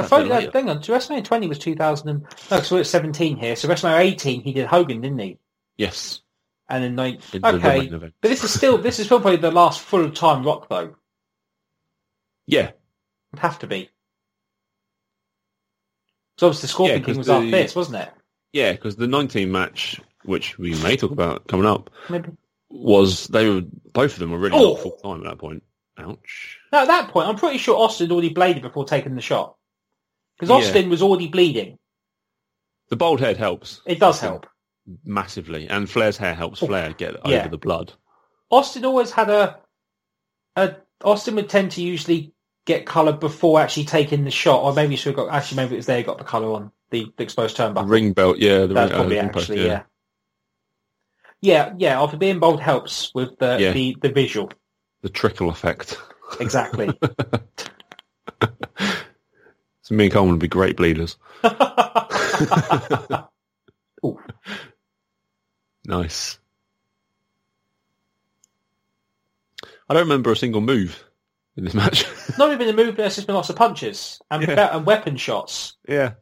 [SPEAKER 3] I
[SPEAKER 4] that a bit
[SPEAKER 3] thought,
[SPEAKER 4] later?
[SPEAKER 3] hang on, WrestleMania 20 was 2000. And, no, 'cause we're at 17 here. So WrestleMania 18, he did Hogan, didn't he?
[SPEAKER 4] Yes.
[SPEAKER 3] And then like,
[SPEAKER 4] It was the
[SPEAKER 3] okay,
[SPEAKER 4] main event.
[SPEAKER 3] but this is still this is probably the last full time Rock though.
[SPEAKER 4] Yeah.
[SPEAKER 3] It'd have to be. So obviously, the Scorpion
[SPEAKER 4] Yeah, 'cause
[SPEAKER 3] King was
[SPEAKER 4] the-
[SPEAKER 3] after this, wasn't it?
[SPEAKER 4] Yeah, because the 19 match, which we may talk about coming up,
[SPEAKER 3] Maybe.
[SPEAKER 4] was they were both of them were really
[SPEAKER 3] Oh.
[SPEAKER 4] not full time at that point. Ouch.
[SPEAKER 3] Now at that point, I'm pretty sure Austin had already bladed before taking the shot because
[SPEAKER 4] Yeah.
[SPEAKER 3] Austin was already bleeding.
[SPEAKER 4] The bald head helps
[SPEAKER 3] It does help.
[SPEAKER 4] massively, and Flair's hair helps Flair get
[SPEAKER 3] Oh, Yeah.
[SPEAKER 4] over the blood.
[SPEAKER 3] Austin always had a, a. Austin would tend to usually get colour before actually taking the shot, or maybe he should have got. Actually, maybe it was there he got the colour on the, the exposed
[SPEAKER 4] The
[SPEAKER 3] turnbuckle.
[SPEAKER 4] ring belt, yeah. The
[SPEAKER 3] That's
[SPEAKER 4] ring, uh,
[SPEAKER 3] probably
[SPEAKER 4] ring post,
[SPEAKER 3] actually yeah. Yeah, yeah. After being bold helps with the
[SPEAKER 4] Yeah.
[SPEAKER 3] the, the visual
[SPEAKER 4] The trickle effect. <laughs>
[SPEAKER 3] exactly. <laughs>
[SPEAKER 4] So me and Coleman would be great bleeders.
[SPEAKER 3] Ooh.
[SPEAKER 4] Nice. I don't remember a single move in this <laughs> match.
[SPEAKER 3] not even the movement, it's just been lots of punches and,
[SPEAKER 4] Yeah.
[SPEAKER 3] be- and weapon shots.
[SPEAKER 4] yeah.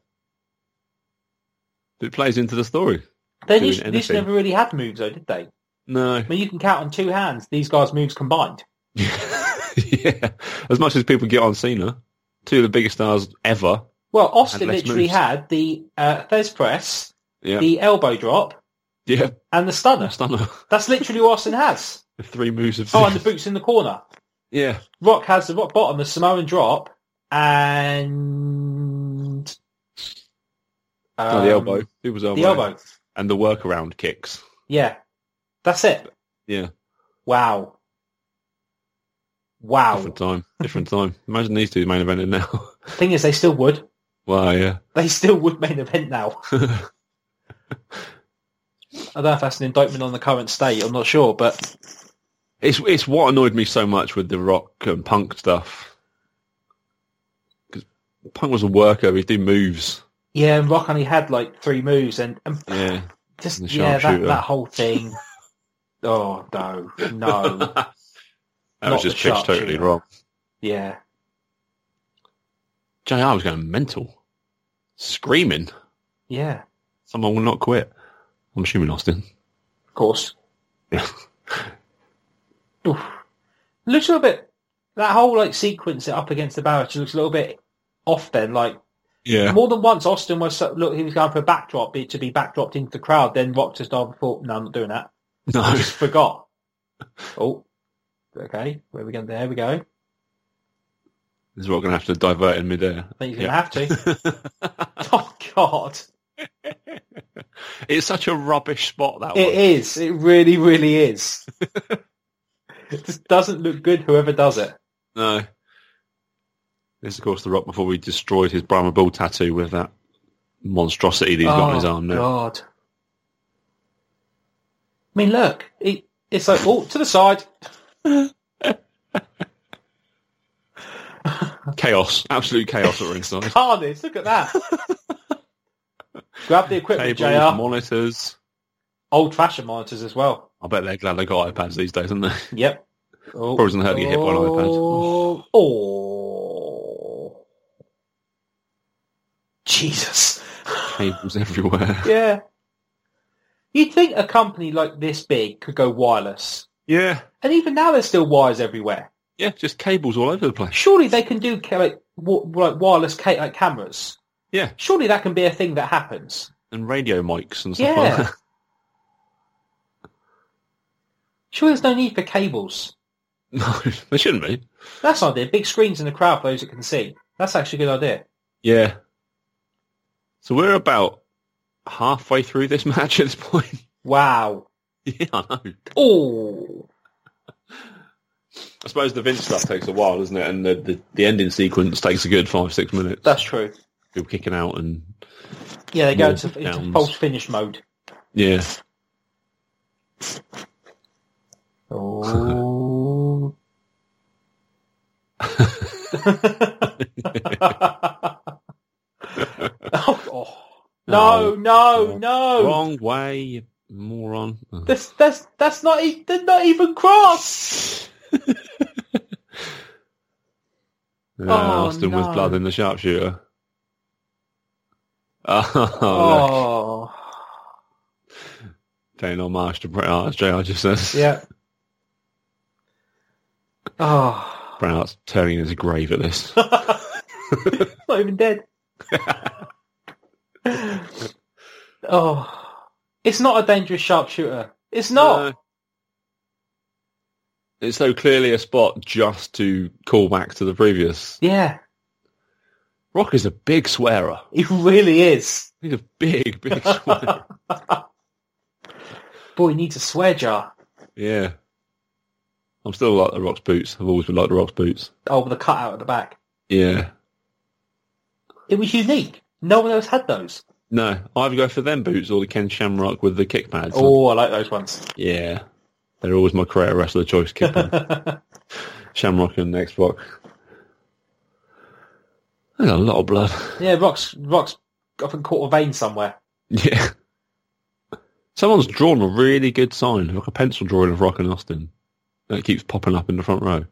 [SPEAKER 4] It plays into the story.
[SPEAKER 3] They
[SPEAKER 4] Doing
[SPEAKER 3] these, these
[SPEAKER 4] anything.
[SPEAKER 3] never really had moves though, did they?
[SPEAKER 4] No. <laughs>
[SPEAKER 3] I mean, you can count on two hands these guys' moves combined.
[SPEAKER 4] yeah. As much as people get on Cena, two of the biggest stars ever.
[SPEAKER 3] Well, Austin
[SPEAKER 4] less
[SPEAKER 3] literally
[SPEAKER 4] moves.
[SPEAKER 3] had the uh, Fez press,
[SPEAKER 4] Yeah.
[SPEAKER 3] the elbow drop,
[SPEAKER 4] yeah. <laughs>
[SPEAKER 3] and the stunner.
[SPEAKER 4] Stunner.
[SPEAKER 3] That's literally what Austin has.
[SPEAKER 4] The three moves of <laughs>
[SPEAKER 3] Oh, and the boots in the corner.
[SPEAKER 4] Yeah.
[SPEAKER 3] Rock has the rock bottom, the Samoan drop, and
[SPEAKER 4] No,
[SPEAKER 3] um,
[SPEAKER 4] Oh, the elbow. It was elbow.
[SPEAKER 3] The elbow.
[SPEAKER 4] And the workaround kicks.
[SPEAKER 3] Yeah, that's it.
[SPEAKER 4] Yeah.
[SPEAKER 3] Wow. Wow.
[SPEAKER 4] Different time. Different time. Imagine these two main eventing now. <laughs>
[SPEAKER 3] Thing is, they still would.
[SPEAKER 4] wow, yeah.
[SPEAKER 3] They still would main event now. I don't know if that's an indictment on the current state. I'm not sure, but
[SPEAKER 4] <laughs> It's it's what annoyed me so much with the rock and punk stuff. Because punk was a worker, he'd do moves.
[SPEAKER 3] yeah, and Rock only had like three moves, and, and
[SPEAKER 4] Yeah.
[SPEAKER 3] just
[SPEAKER 4] And the
[SPEAKER 3] yeah, that,
[SPEAKER 4] sharpshooter.
[SPEAKER 3] that whole thing. <laughs> oh no, no,
[SPEAKER 4] <laughs> that
[SPEAKER 3] Not
[SPEAKER 4] was just
[SPEAKER 3] the
[SPEAKER 4] pitched totally
[SPEAKER 3] sharpshooter.
[SPEAKER 4] wrong.
[SPEAKER 3] yeah.
[SPEAKER 4] JR was going mental. Screaming.
[SPEAKER 3] Yeah,
[SPEAKER 4] Someone will not quit. I'm assuming Austin.
[SPEAKER 3] of <laughs> course.
[SPEAKER 4] Yeah.
[SPEAKER 3] Oof. Looks a little bit. That whole like sequence up against the barrage looks a little bit off then. Like
[SPEAKER 4] Yeah.
[SPEAKER 3] more than once, Austin was so- look. He was going for a backdrop be- to be backdropped into the crowd. Then Rockstar thought, "No, I'm not doing that." I
[SPEAKER 4] <laughs>
[SPEAKER 3] <laughs>
[SPEAKER 4] No.
[SPEAKER 3] just forgot. Oh, okay. Where we going? There we go.
[SPEAKER 4] This is what we're going to have to divert in midair. <laughs>
[SPEAKER 3] I think you're gonna have to. <laughs> Oh God,
[SPEAKER 4] it's such a rubbish spot that
[SPEAKER 3] it
[SPEAKER 4] one.
[SPEAKER 3] is. It really, really is. it just doesn't look good. Whoever does it.
[SPEAKER 4] No. This is, of course, The Rock before we destroyed his Brahma Bull tattoo with that monstrosity that he's got on
[SPEAKER 3] Oh,
[SPEAKER 4] his arm now.
[SPEAKER 3] God. I mean, look, it, it's like, oh, to the side.
[SPEAKER 4] Chaos. Absolute chaos
[SPEAKER 3] <laughs>
[SPEAKER 4] at ringside.
[SPEAKER 3] Carnage, look at
[SPEAKER 4] <laughs>
[SPEAKER 3] that. Grab the equipment,
[SPEAKER 4] Tables,
[SPEAKER 3] JR.
[SPEAKER 4] monitors.
[SPEAKER 3] Old-fashioned monitors as well.
[SPEAKER 4] I bet they're glad they got iPads these days, aren't they?
[SPEAKER 3] Yep. Oh.
[SPEAKER 4] Probably doesn't hurt to get hit by an iPad.
[SPEAKER 3] Oh. Oh. Jesus.
[SPEAKER 4] Cables <laughs> everywhere.
[SPEAKER 3] Yeah. You'd think a company like this big could go wireless.
[SPEAKER 4] Yeah.
[SPEAKER 3] And even now there's still wires everywhere.
[SPEAKER 4] Yeah, just cables all over the place.
[SPEAKER 3] surely they can do ca- like, wa- like wireless ca- like cameras.
[SPEAKER 4] Yeah.
[SPEAKER 3] Surely that can be a thing that happens.
[SPEAKER 4] And radio mics and stuff like
[SPEAKER 3] Yeah.
[SPEAKER 4] that. <laughs>
[SPEAKER 3] <laughs> Surely there's no need for cables.
[SPEAKER 4] No, they shouldn't be.
[SPEAKER 3] That's an idea. Big screens in the crowd for those that can see. That's actually a good idea.
[SPEAKER 4] Yeah. So we're about halfway through this <laughs> match at this point.
[SPEAKER 3] Wow.
[SPEAKER 4] yeah, I know.
[SPEAKER 3] Oh.
[SPEAKER 4] I suppose the Vince stuff takes a while, doesn't it? And the, the, the ending sequence takes a good five, six minutes.
[SPEAKER 3] That's true.
[SPEAKER 4] People kicking out and...
[SPEAKER 3] Yeah, they go
[SPEAKER 4] More
[SPEAKER 3] into, into
[SPEAKER 4] downs.
[SPEAKER 3] false finish mode.
[SPEAKER 4] Yeah.
[SPEAKER 3] Oh. <laughs> oh. No, no, no.
[SPEAKER 4] Wrong way, you
[SPEAKER 3] <laughs>
[SPEAKER 4] moron. Oh.
[SPEAKER 3] That's that's that's not e- they're not even cross.
[SPEAKER 4] Yeah,
[SPEAKER 3] Oh,
[SPEAKER 4] Austin with
[SPEAKER 3] no.
[SPEAKER 4] blood in the sharpshooter. <laughs> Oh, look.
[SPEAKER 3] Oh,
[SPEAKER 4] Daniel oh, Marsh to Bret Hart, as JR just says.
[SPEAKER 3] yeah.
[SPEAKER 4] <laughs>
[SPEAKER 3] Oh,
[SPEAKER 4] Bret Hart's turning in his grave
[SPEAKER 3] <laughs>
[SPEAKER 4] at this.
[SPEAKER 3] not even
[SPEAKER 4] <laughs>
[SPEAKER 3] dead. oh, it's not a dangerous sharpshooter. It's not.
[SPEAKER 4] No. It's so clearly a spot just to call back to the previous.
[SPEAKER 3] Yeah,
[SPEAKER 4] Rock is a big swearer.
[SPEAKER 3] it really is.
[SPEAKER 4] He's a big, big <laughs> swearer.
[SPEAKER 3] Boy, he needs a swear jar.
[SPEAKER 4] yeah. I'm still like the Rock's boots. I've always been like the Rock's boots.
[SPEAKER 3] Oh, with a cutout at the back.
[SPEAKER 4] Yeah.
[SPEAKER 3] It was unique. No one else had those.
[SPEAKER 4] No, I either go for them boots or the Ken Shamrock with the kick pads.
[SPEAKER 3] Oh, I like those ones.
[SPEAKER 4] Yeah. They're always my creator wrestler choice, kick pad. Shamrock and Xbox. There's a lot of blood. <laughs>
[SPEAKER 3] Yeah, rocks, rocks. I think caught a vein somewhere.
[SPEAKER 4] Yeah. Someone's drawn a really good sign, like a pencil drawing of Rock and Austin. That keeps popping up in the front row.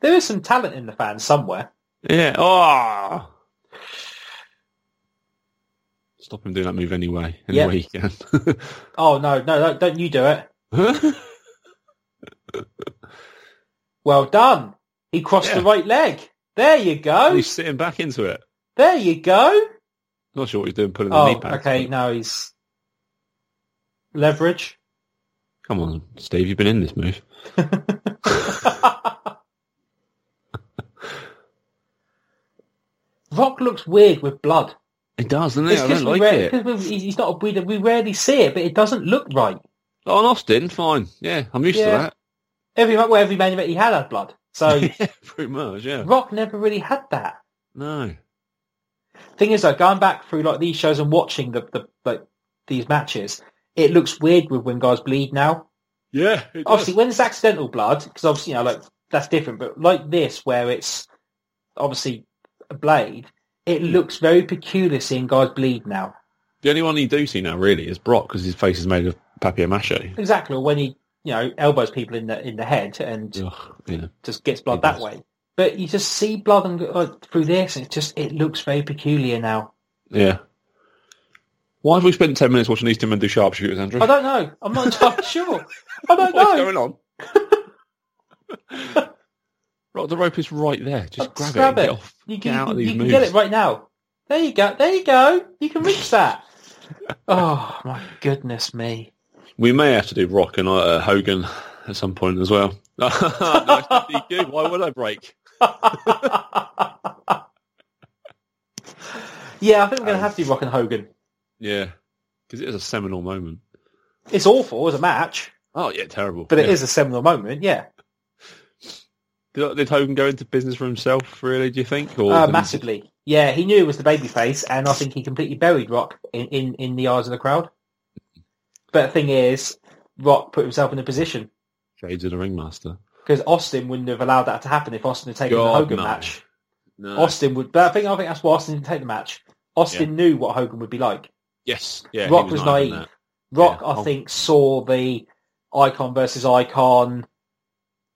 [SPEAKER 3] There is some talent in the fans somewhere.
[SPEAKER 4] Yeah. Oh. Stop him doing that move anyway. Any
[SPEAKER 3] Yeah.
[SPEAKER 4] way he can.
[SPEAKER 3] Oh no, no, don't, don't you do it. Well done. He crossed the
[SPEAKER 4] Yeah.
[SPEAKER 3] right leg. There you go.
[SPEAKER 4] <laughs> he's sitting back into it.
[SPEAKER 3] There you go.
[SPEAKER 4] Not sure what he's doing pulling the knee
[SPEAKER 3] Oh,
[SPEAKER 4] back.
[SPEAKER 3] okay. Now he's leverage.
[SPEAKER 4] Come on, Steve, you've been in this move.
[SPEAKER 3] Rock looks weird with blood.
[SPEAKER 4] It does, doesn't
[SPEAKER 3] It's 'cause we rare- <laughs> 'cause we- he's not a breeder. We rarely see it, but it doesn't look right.
[SPEAKER 4] On Oh, Austin, fine. Yeah, I'm used
[SPEAKER 3] Yeah.
[SPEAKER 4] to
[SPEAKER 3] Every well, every main event he had had blood. So
[SPEAKER 4] that. <laughs> yeah, pretty much, yeah.
[SPEAKER 3] Rock never really had that.
[SPEAKER 4] No.
[SPEAKER 3] thing is though, going back through like these shows and watching the, the like these matches, it looks weird with when guys bleed now.
[SPEAKER 4] Yeah, it
[SPEAKER 3] Obviously, when it's accidental blood, because obviously you know like that's different. But like this, where it's obviously a blade, it looks very peculiar seeing guys bleed now.
[SPEAKER 4] The only one you do see now, really, is Brock, because his face is made of papier-mâché.
[SPEAKER 3] Exactly, or when he you know elbows people in the in the head and
[SPEAKER 4] Ugh, yeah.
[SPEAKER 3] just gets
[SPEAKER 4] He
[SPEAKER 3] blood that
[SPEAKER 4] does.
[SPEAKER 3] way. But you just see blood and like, through this, and it just it looks very peculiar now.
[SPEAKER 4] yeah. Why have we spent 10 minutes watching these two men do sharpshooters, Andrew?
[SPEAKER 3] I don't know. I'm
[SPEAKER 4] <laughs>
[SPEAKER 3] not entirely sure. I don't
[SPEAKER 4] What's
[SPEAKER 3] know.
[SPEAKER 4] going on? Rock the rope is <laughs> right there. Just
[SPEAKER 3] Uh,
[SPEAKER 4] grab,
[SPEAKER 3] grab it.
[SPEAKER 4] it. And get off.
[SPEAKER 3] You
[SPEAKER 4] get
[SPEAKER 3] can,
[SPEAKER 4] out of
[SPEAKER 3] you
[SPEAKER 4] these
[SPEAKER 3] can
[SPEAKER 4] moves.
[SPEAKER 3] get it right now. There you go. There you go. You can reach
[SPEAKER 4] <laughs>
[SPEAKER 3] that. oh my goodness me!
[SPEAKER 4] We may have to do Rock and uh, Hogan at some point as well. <laughs> nice DQ. Why would I break?
[SPEAKER 3] Yeah, I think we're going to
[SPEAKER 4] Um,
[SPEAKER 3] have to do Rock and Hogan.
[SPEAKER 4] Yeah, because it is a seminal moment.
[SPEAKER 3] It's awful as a match,
[SPEAKER 4] Oh yeah, terrible.
[SPEAKER 3] but it
[SPEAKER 4] Yeah.
[SPEAKER 3] is a seminal moment. Yeah,
[SPEAKER 4] Did, did Hogan go into business for himself? Really? Do you think? Or
[SPEAKER 3] uh,
[SPEAKER 4] did-
[SPEAKER 3] massively. Yeah, he knew it was the babyface, and I think he completely buried Rock in, in, in the eyes of the crowd. But the thing is, Rock put himself in a position
[SPEAKER 4] Shades of the Ringmaster.
[SPEAKER 3] because Austin wouldn't have allowed that to happen if Austin had taken the
[SPEAKER 4] God,
[SPEAKER 3] Hogan
[SPEAKER 4] no.
[SPEAKER 3] match.
[SPEAKER 4] No.
[SPEAKER 3] Austin would, but I think I think that's why Austin didn't take the match. Austin knew what Hogan would be like.
[SPEAKER 4] Yes. Yeah. he
[SPEAKER 3] Rock was
[SPEAKER 4] not having
[SPEAKER 3] naive.
[SPEAKER 4] that.
[SPEAKER 3] Rock,
[SPEAKER 4] Yeah.
[SPEAKER 3] I
[SPEAKER 4] Oh.
[SPEAKER 3] think, saw the icon versus icon,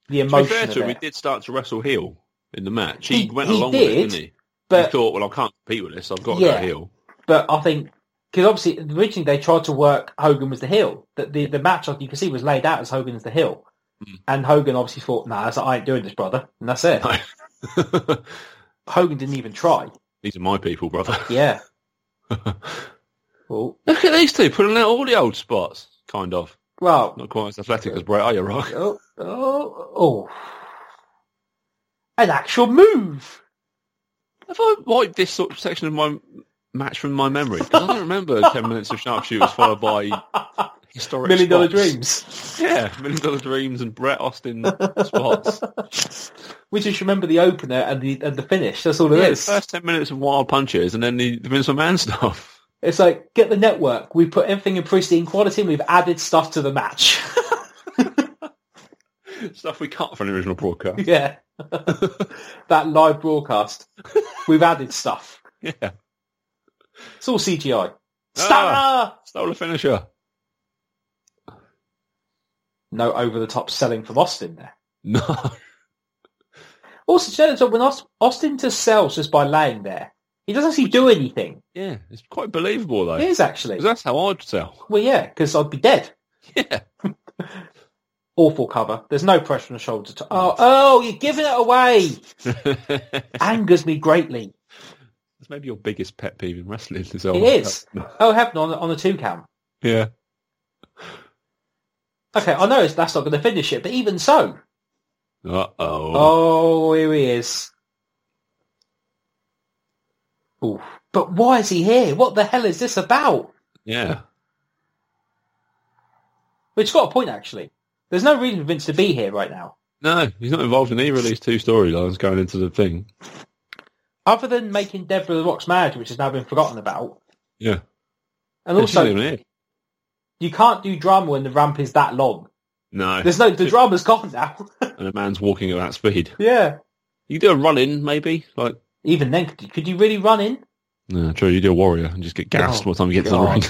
[SPEAKER 3] the
[SPEAKER 4] To be
[SPEAKER 3] emotion
[SPEAKER 4] fair
[SPEAKER 3] of
[SPEAKER 4] to him, he
[SPEAKER 3] it.
[SPEAKER 4] did start to wrestle heel in the match. He,
[SPEAKER 3] He-
[SPEAKER 4] went
[SPEAKER 3] he
[SPEAKER 4] along with
[SPEAKER 3] did,
[SPEAKER 4] it, didn't he? he
[SPEAKER 3] But
[SPEAKER 4] thought, well, I can't compete with this. I've got to
[SPEAKER 3] Yeah.
[SPEAKER 4] go heel. <laughs>
[SPEAKER 3] but I think because obviously originally they tried to work Hogan was the heel. That the the match like you can see was laid out as Hogan as the heel,
[SPEAKER 4] Mm.
[SPEAKER 3] and Hogan obviously thought, "Nah, that's, I ain't doing this, brother," and that's
[SPEAKER 4] <laughs>
[SPEAKER 3] it.
[SPEAKER 4] No.
[SPEAKER 3] Hogan didn't even try.
[SPEAKER 4] these are my people, brother.
[SPEAKER 3] Yeah. well,
[SPEAKER 4] <laughs> Look at these two pulling out all the old spots. Kind of.
[SPEAKER 3] well,
[SPEAKER 4] Not quite as athletic as Bray, are you, Rock? <laughs>
[SPEAKER 3] Oh, oh, oh. An actual move.
[SPEAKER 4] Have I wiped this sort of section of my match from my memory? Because I
[SPEAKER 3] <laughs>
[SPEAKER 4] don't remember 10 minutes of sharpshooters followed by historic
[SPEAKER 3] Million dollar
[SPEAKER 4] spots.
[SPEAKER 3] dreams.
[SPEAKER 4] <laughs> Yeah, Million Dollar Dreams and
[SPEAKER 3] <laughs>
[SPEAKER 4] Brett Austin spots.
[SPEAKER 3] We just remember the opener and the and the finish. That's all it is.
[SPEAKER 4] yeah, the first 10 minutes of wild punches and then the, the Vince McMahon stuff. <laughs>
[SPEAKER 3] It's like get the network. We put everything in pristine quality. and We've added stuff to the match. <laughs>
[SPEAKER 4] Stuff we cut from the original broadcast. <laughs>
[SPEAKER 3] yeah, <laughs> that live broadcast. We've added stuff.
[SPEAKER 4] Yeah.
[SPEAKER 3] It's all CGI. Stunner.
[SPEAKER 4] Ah. Stole a finisher. <laughs>
[SPEAKER 3] No over the top selling from Austin there.
[SPEAKER 4] No.
[SPEAKER 3] Also, do you know, so when Aus- Austin just sells just by laying there, he doesn't actually do anything.
[SPEAKER 4] Yeah, it's quite believable though.
[SPEAKER 3] It is actually.
[SPEAKER 4] 'Cause that's how
[SPEAKER 3] <laughs>
[SPEAKER 4] I'd sell.
[SPEAKER 3] Well, yeah, because I'd be dead.
[SPEAKER 4] Yeah.
[SPEAKER 3] Awful cover. There's no pressure on the shoulder. To- oh, oh, you're giving it away.
[SPEAKER 4] <laughs>
[SPEAKER 3] <laughs>
[SPEAKER 4] that's
[SPEAKER 3] Angers me greatly.
[SPEAKER 4] maybe your biggest pet peeve in wrestling. Is
[SPEAKER 3] It is. Oh, heaven on on the two count.
[SPEAKER 4] <laughs> Yeah.
[SPEAKER 3] Okay, I know it's, that's not going to finish it, but even so.
[SPEAKER 4] Uh oh.
[SPEAKER 3] Oh, here he is. Oof. But why is he here? What the hell is this about?
[SPEAKER 4] Yeah.
[SPEAKER 3] Which got a point actually. There's no reason for Vince to be here right now,
[SPEAKER 4] No, he's not involved in either of these two storylines going into the thing.
[SPEAKER 3] other than making Deborah the Rock's marriage, which has now been forgotten about.
[SPEAKER 4] Yeah.
[SPEAKER 3] And
[SPEAKER 4] Yeah, she's not
[SPEAKER 3] also,
[SPEAKER 4] even here.
[SPEAKER 3] you can't do drama when the ramp is that long.
[SPEAKER 4] No.
[SPEAKER 3] There's <laughs> no the drama's gone now.
[SPEAKER 4] And a man's walking at that speed.
[SPEAKER 3] yeah.
[SPEAKER 4] You do a run in, maybe. Like,
[SPEAKER 3] Even then, could you, could you really run in?
[SPEAKER 4] no, true. You do a warrior and just get gassed
[SPEAKER 3] Oh,
[SPEAKER 4] by the time you get to the
[SPEAKER 3] God.
[SPEAKER 4] ring.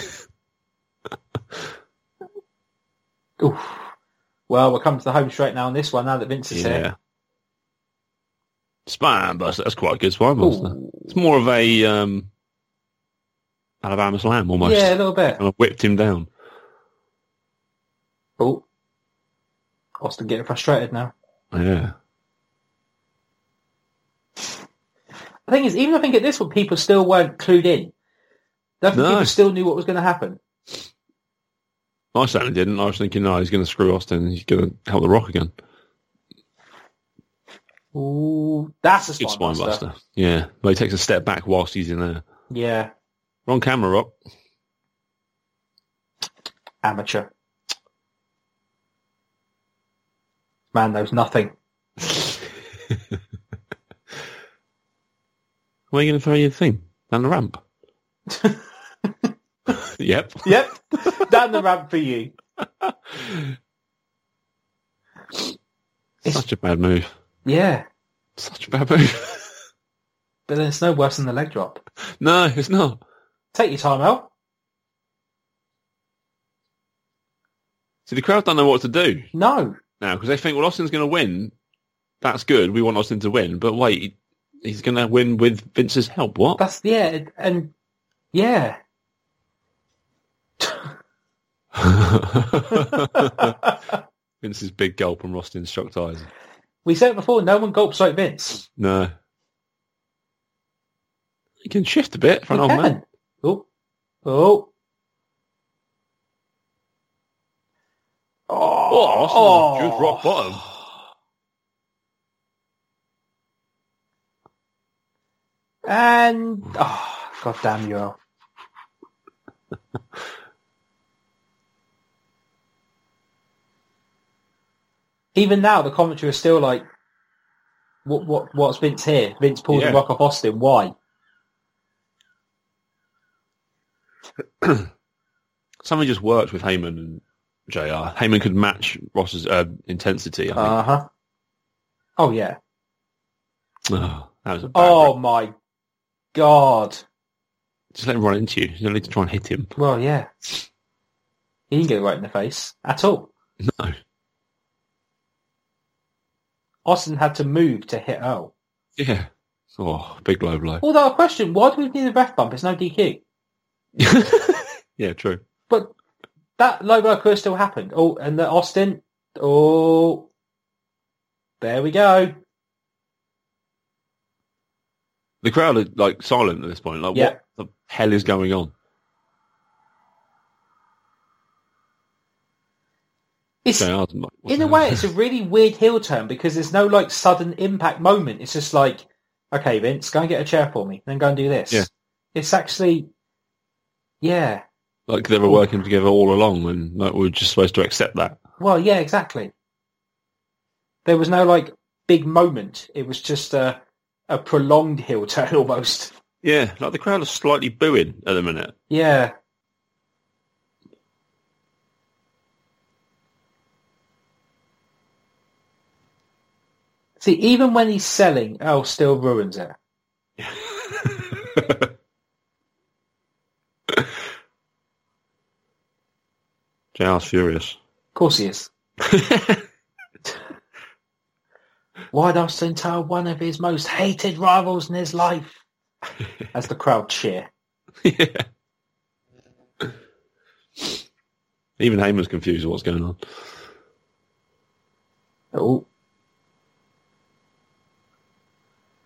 [SPEAKER 3] Oof. Well, we're coming to the home straight now on this one. Now that Vince is
[SPEAKER 4] yeah.
[SPEAKER 3] here.
[SPEAKER 4] Spine buster. That's quite a good spine buster.
[SPEAKER 3] Ooh.
[SPEAKER 4] It's more of a um, Alabama slam almost.
[SPEAKER 3] Yeah, a little bit.
[SPEAKER 4] And I whipped him down.
[SPEAKER 3] Oh, Austin getting frustrated now.
[SPEAKER 4] Yeah.
[SPEAKER 3] The thing is, even I think at this one, people still weren't clued in. I think
[SPEAKER 4] No.
[SPEAKER 3] people still knew what was going to happen.
[SPEAKER 4] I certainly didn't. I was thinking, no, he's going to screw Austin. He's going to help The Rock again.
[SPEAKER 3] Ooh, that's a
[SPEAKER 4] Good
[SPEAKER 3] spine
[SPEAKER 4] spine
[SPEAKER 3] buster.
[SPEAKER 4] buster. Yeah. But he takes a step back whilst he's in there.
[SPEAKER 3] Yeah,
[SPEAKER 4] Wrong camera, Rock.
[SPEAKER 3] amateur. Man knows nothing.
[SPEAKER 4] Where are you going to throw your thing? Down the ramp. <laughs> yep.
[SPEAKER 3] Yep, <laughs> down the ramp for you.
[SPEAKER 4] Such a bad move.
[SPEAKER 3] Yeah,
[SPEAKER 4] Such a bad move. <laughs>
[SPEAKER 3] but then it's no worse than the leg drop.
[SPEAKER 4] no, it's not.
[SPEAKER 3] Take your time out.
[SPEAKER 4] See, the crowd don't know what to do
[SPEAKER 3] No,
[SPEAKER 4] now because they think, well, Austin's going to win. That's good. We want Austin to win. But wait, he- he's going to win with Vince's help. What?
[SPEAKER 3] that's yeah, it- and yeah.
[SPEAKER 4] <laughs> Vince's big gulp and Austin's shocked eyes.
[SPEAKER 3] We said it before, no one gulps like Vince.
[SPEAKER 4] No. You can shift a bit for an
[SPEAKER 3] You
[SPEAKER 4] old man.
[SPEAKER 3] can. Oh, oh.
[SPEAKER 4] Oh, Austin just rock bottom.
[SPEAKER 3] And oh, god damn you <laughs> all. Even now, the commentary is still like, "What? What? What's Vince here? Vince pulled
[SPEAKER 4] Yeah.
[SPEAKER 3] the rock off Austin. Why?"
[SPEAKER 4] Something just worked with Heyman and JR. Heyman could match Ross's uh, intensity. I think.
[SPEAKER 3] Uh huh. Oh yeah.
[SPEAKER 4] oh, that was a bad
[SPEAKER 3] Oh
[SPEAKER 4] rip.
[SPEAKER 3] my god.
[SPEAKER 4] Just let him run into you. You don't need to try and hit him.
[SPEAKER 3] Well, yeah. He didn't get right in the face at all.
[SPEAKER 4] No.
[SPEAKER 3] Austin had to move to hit Earl.
[SPEAKER 4] Yeah. Oh, big low
[SPEAKER 3] <laughs>
[SPEAKER 4] blow.
[SPEAKER 3] Although I question, why do we need a ref bump? It's no DQ.
[SPEAKER 4] yeah, true.
[SPEAKER 3] But that low blow could have still happened. Oh, and the Austin. Oh, there we go.
[SPEAKER 4] The crowd are like silent at this point. Like,
[SPEAKER 3] Yeah.
[SPEAKER 4] what the hell is going on?
[SPEAKER 3] It's
[SPEAKER 4] JR's like, what
[SPEAKER 3] in
[SPEAKER 4] the
[SPEAKER 3] a
[SPEAKER 4] hell?
[SPEAKER 3] way, it's a really weird heel turn because there's no like sudden impact moment. It's just like, okay, Vince, go and get a chair for me, then go and do this.
[SPEAKER 4] Yeah.
[SPEAKER 3] It's actually, yeah.
[SPEAKER 4] like they were working together all along, and like we were just supposed to accept that.
[SPEAKER 3] Well, yeah, exactly. There was no like big moment. It was just a a prolonged heel turn almost.
[SPEAKER 4] Yeah, like the crowd are slightly booing at the minute. <laughs>
[SPEAKER 3] Yeah. See, even when he's selling, Earl still ruins it.
[SPEAKER 4] JR's furious. <laughs>
[SPEAKER 3] Of course he is. Why'd Austin tell one of his most hated rivals in his life? As the crowd cheer.
[SPEAKER 4] yeah. Even Heyman's confused with what's going on.
[SPEAKER 3] Oh.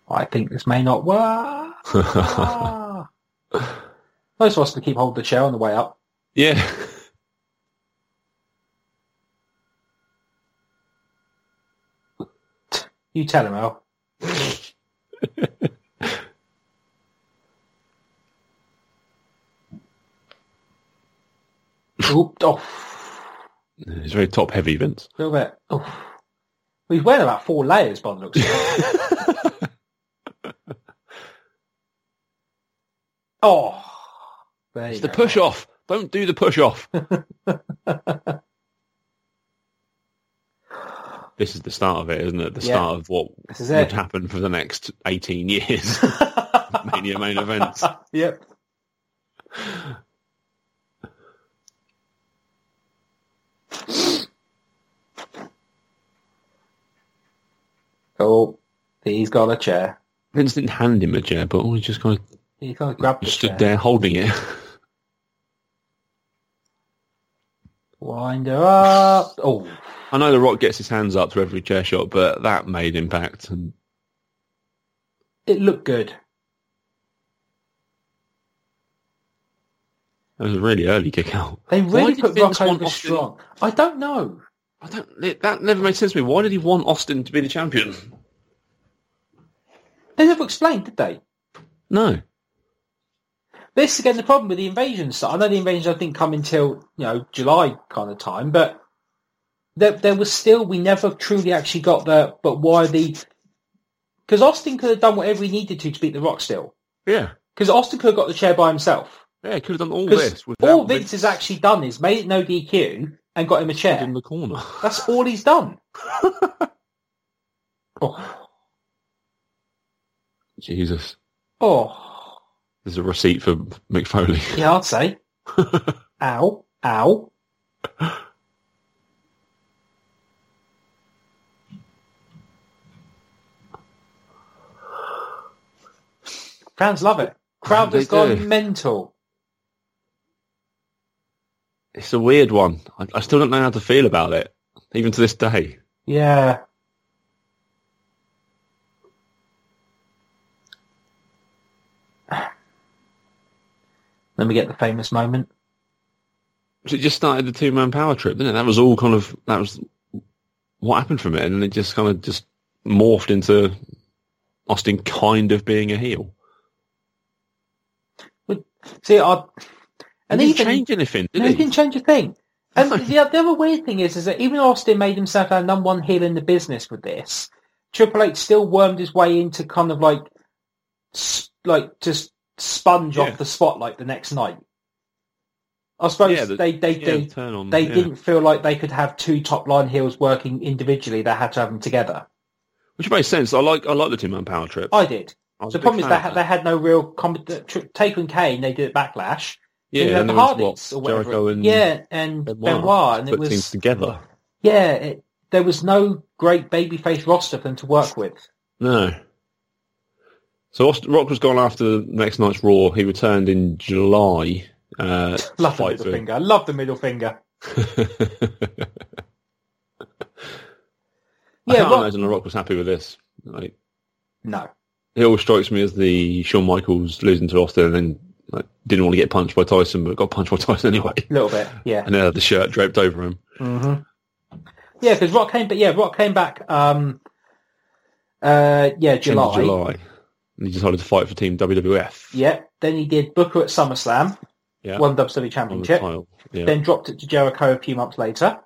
[SPEAKER 3] I think this may not work. Ah. Most of us can keep hold of the chair on the way up.
[SPEAKER 4] <laughs> Yeah.
[SPEAKER 3] You tell him, Al. Oop, oh,
[SPEAKER 4] He's very top heavy, Vince.
[SPEAKER 3] a little bit. Oh. We've wearing about four layers by the looks of it.
[SPEAKER 4] <laughs>
[SPEAKER 3] oh. There you
[SPEAKER 4] It's the
[SPEAKER 3] go.
[SPEAKER 4] push off. Don't do the push off. <laughs> this is the start of it, isn't it? The
[SPEAKER 3] Yeah.
[SPEAKER 4] start of what
[SPEAKER 3] This is
[SPEAKER 4] would
[SPEAKER 3] it. <laughs>
[SPEAKER 4] happen for the next 18 years. Mania main events.
[SPEAKER 3] yep. Oh, he's got a chair.
[SPEAKER 4] <laughs> Vince didn't hand him a chair, but he just kind of
[SPEAKER 3] He kind of grabbed the
[SPEAKER 4] stood
[SPEAKER 3] chair.
[SPEAKER 4] there holding it.
[SPEAKER 3] Wind her up. Oh,
[SPEAKER 4] I know The Rock gets his hands up to every chair shot, but that made impact. And
[SPEAKER 3] it looked good.
[SPEAKER 4] that was a really early kick out.
[SPEAKER 3] They
[SPEAKER 4] Why
[SPEAKER 3] really
[SPEAKER 4] did
[SPEAKER 3] put
[SPEAKER 4] Vince
[SPEAKER 3] Rock
[SPEAKER 4] want
[SPEAKER 3] over
[SPEAKER 4] Austin-
[SPEAKER 3] strong. I don't know.
[SPEAKER 4] I don't. That never made sense to me. Why did he want Austin to be the champion?
[SPEAKER 3] They never explained, did they?
[SPEAKER 4] No.
[SPEAKER 3] This is again the problem with the invasion stuff. I know the invasions I think come until you know July kind of time, but there, there was still we never truly actually got the. But why the? Because Austin could have done whatever he needed to to beat the Rock still.
[SPEAKER 4] Yeah.
[SPEAKER 3] Because Austin could have got the chair by himself.
[SPEAKER 4] Yeah, he could have done all
[SPEAKER 3] Because
[SPEAKER 4] this without
[SPEAKER 3] all Vince has actually done is made it no DQ and got him a chair.
[SPEAKER 4] in
[SPEAKER 3] <laughs>
[SPEAKER 4] the corner.
[SPEAKER 3] That's all he's
[SPEAKER 4] <laughs>
[SPEAKER 3] done. oh,
[SPEAKER 4] Jesus.
[SPEAKER 3] oh,
[SPEAKER 4] There's a receipt for
[SPEAKER 3] <laughs>
[SPEAKER 4] McFoley.
[SPEAKER 3] yeah, I'd
[SPEAKER 4] <laughs>
[SPEAKER 3] say. ow, ow. Fans love it. Crowd
[SPEAKER 4] They
[SPEAKER 3] has gone
[SPEAKER 4] do.
[SPEAKER 3] mental.
[SPEAKER 4] It's a weird one. I, I still don't know how to feel about it, even to this day.
[SPEAKER 3] Yeah. Then we get the famous moment.
[SPEAKER 4] So it just started the two man power trip, didn't it? That was all kind of that was what happened from it, and it just kind of just morphed into Austin kind of being a heel.
[SPEAKER 3] See, I and
[SPEAKER 4] he
[SPEAKER 3] even
[SPEAKER 4] didn't change anything, did
[SPEAKER 3] no,
[SPEAKER 4] he?
[SPEAKER 3] he didn't change a
[SPEAKER 4] <laughs>
[SPEAKER 3] thing. And the, the other weird thing is, is that even Austin made himself our number one heel in the business with this. Triple H still wormed his way into kind of like, s- like just sponge
[SPEAKER 4] Yeah.
[SPEAKER 3] off the spotlight the next night. I suppose
[SPEAKER 4] Yeah, the-
[SPEAKER 3] they they
[SPEAKER 4] yeah,
[SPEAKER 3] they,
[SPEAKER 4] turn on.
[SPEAKER 3] they
[SPEAKER 4] yeah.
[SPEAKER 3] didn't feel like they could have two top line heels working individually. They had to have them together.
[SPEAKER 4] which makes sense. I like I like the two man power trip.
[SPEAKER 3] I did.
[SPEAKER 4] I was
[SPEAKER 3] Oh, The
[SPEAKER 4] a big
[SPEAKER 3] problem is
[SPEAKER 4] fan
[SPEAKER 3] they
[SPEAKER 4] of
[SPEAKER 3] had,
[SPEAKER 4] that.
[SPEAKER 3] they had no real com- tr- Taker and Kane. They did it backlash. Then you
[SPEAKER 4] yeah,
[SPEAKER 3] had
[SPEAKER 4] and
[SPEAKER 3] the
[SPEAKER 4] there was,
[SPEAKER 3] Hardys
[SPEAKER 4] what,
[SPEAKER 3] or whatever.
[SPEAKER 4] Jericho and
[SPEAKER 3] yeah, and
[SPEAKER 4] Benoit,
[SPEAKER 3] Benoit, and
[SPEAKER 4] to
[SPEAKER 3] it
[SPEAKER 4] put things
[SPEAKER 3] was
[SPEAKER 4] together.
[SPEAKER 3] yeah, it, there was no great babyface roster for them to work with.
[SPEAKER 4] No. So Austin, Rock was gone after the next night's Raw. He returned in July. Uh, to
[SPEAKER 3] <laughs> Love the
[SPEAKER 4] fight
[SPEAKER 3] middle
[SPEAKER 4] for-
[SPEAKER 3] finger. Love the middle finger.
[SPEAKER 4] I <laughs>
[SPEAKER 3] Yeah,
[SPEAKER 4] can't
[SPEAKER 3] Rock-
[SPEAKER 4] imagine The Rock was happy with this. Like,
[SPEAKER 3] no,
[SPEAKER 4] he always strikes me as the Shawn Michaels losing to Austin and then like, didn't want to get punched by Tyson, but got punched by <laughs> Tyson anyway.
[SPEAKER 3] a little bit. Yeah,
[SPEAKER 4] And then had the shirt draped over him.
[SPEAKER 3] mm-hmm. yeah, because Rock came, but yeah, Rock came back. Um, uh, yeah,
[SPEAKER 4] End
[SPEAKER 3] July.
[SPEAKER 4] of July. And he decided to fight for Team WWF.
[SPEAKER 3] Yeah, then he did Booker at SummerSlam,
[SPEAKER 4] Yeah.
[SPEAKER 3] won the WWE
[SPEAKER 4] on the
[SPEAKER 3] Championship,
[SPEAKER 4] title. Yeah.
[SPEAKER 3] then dropped it to Jericho a few months later.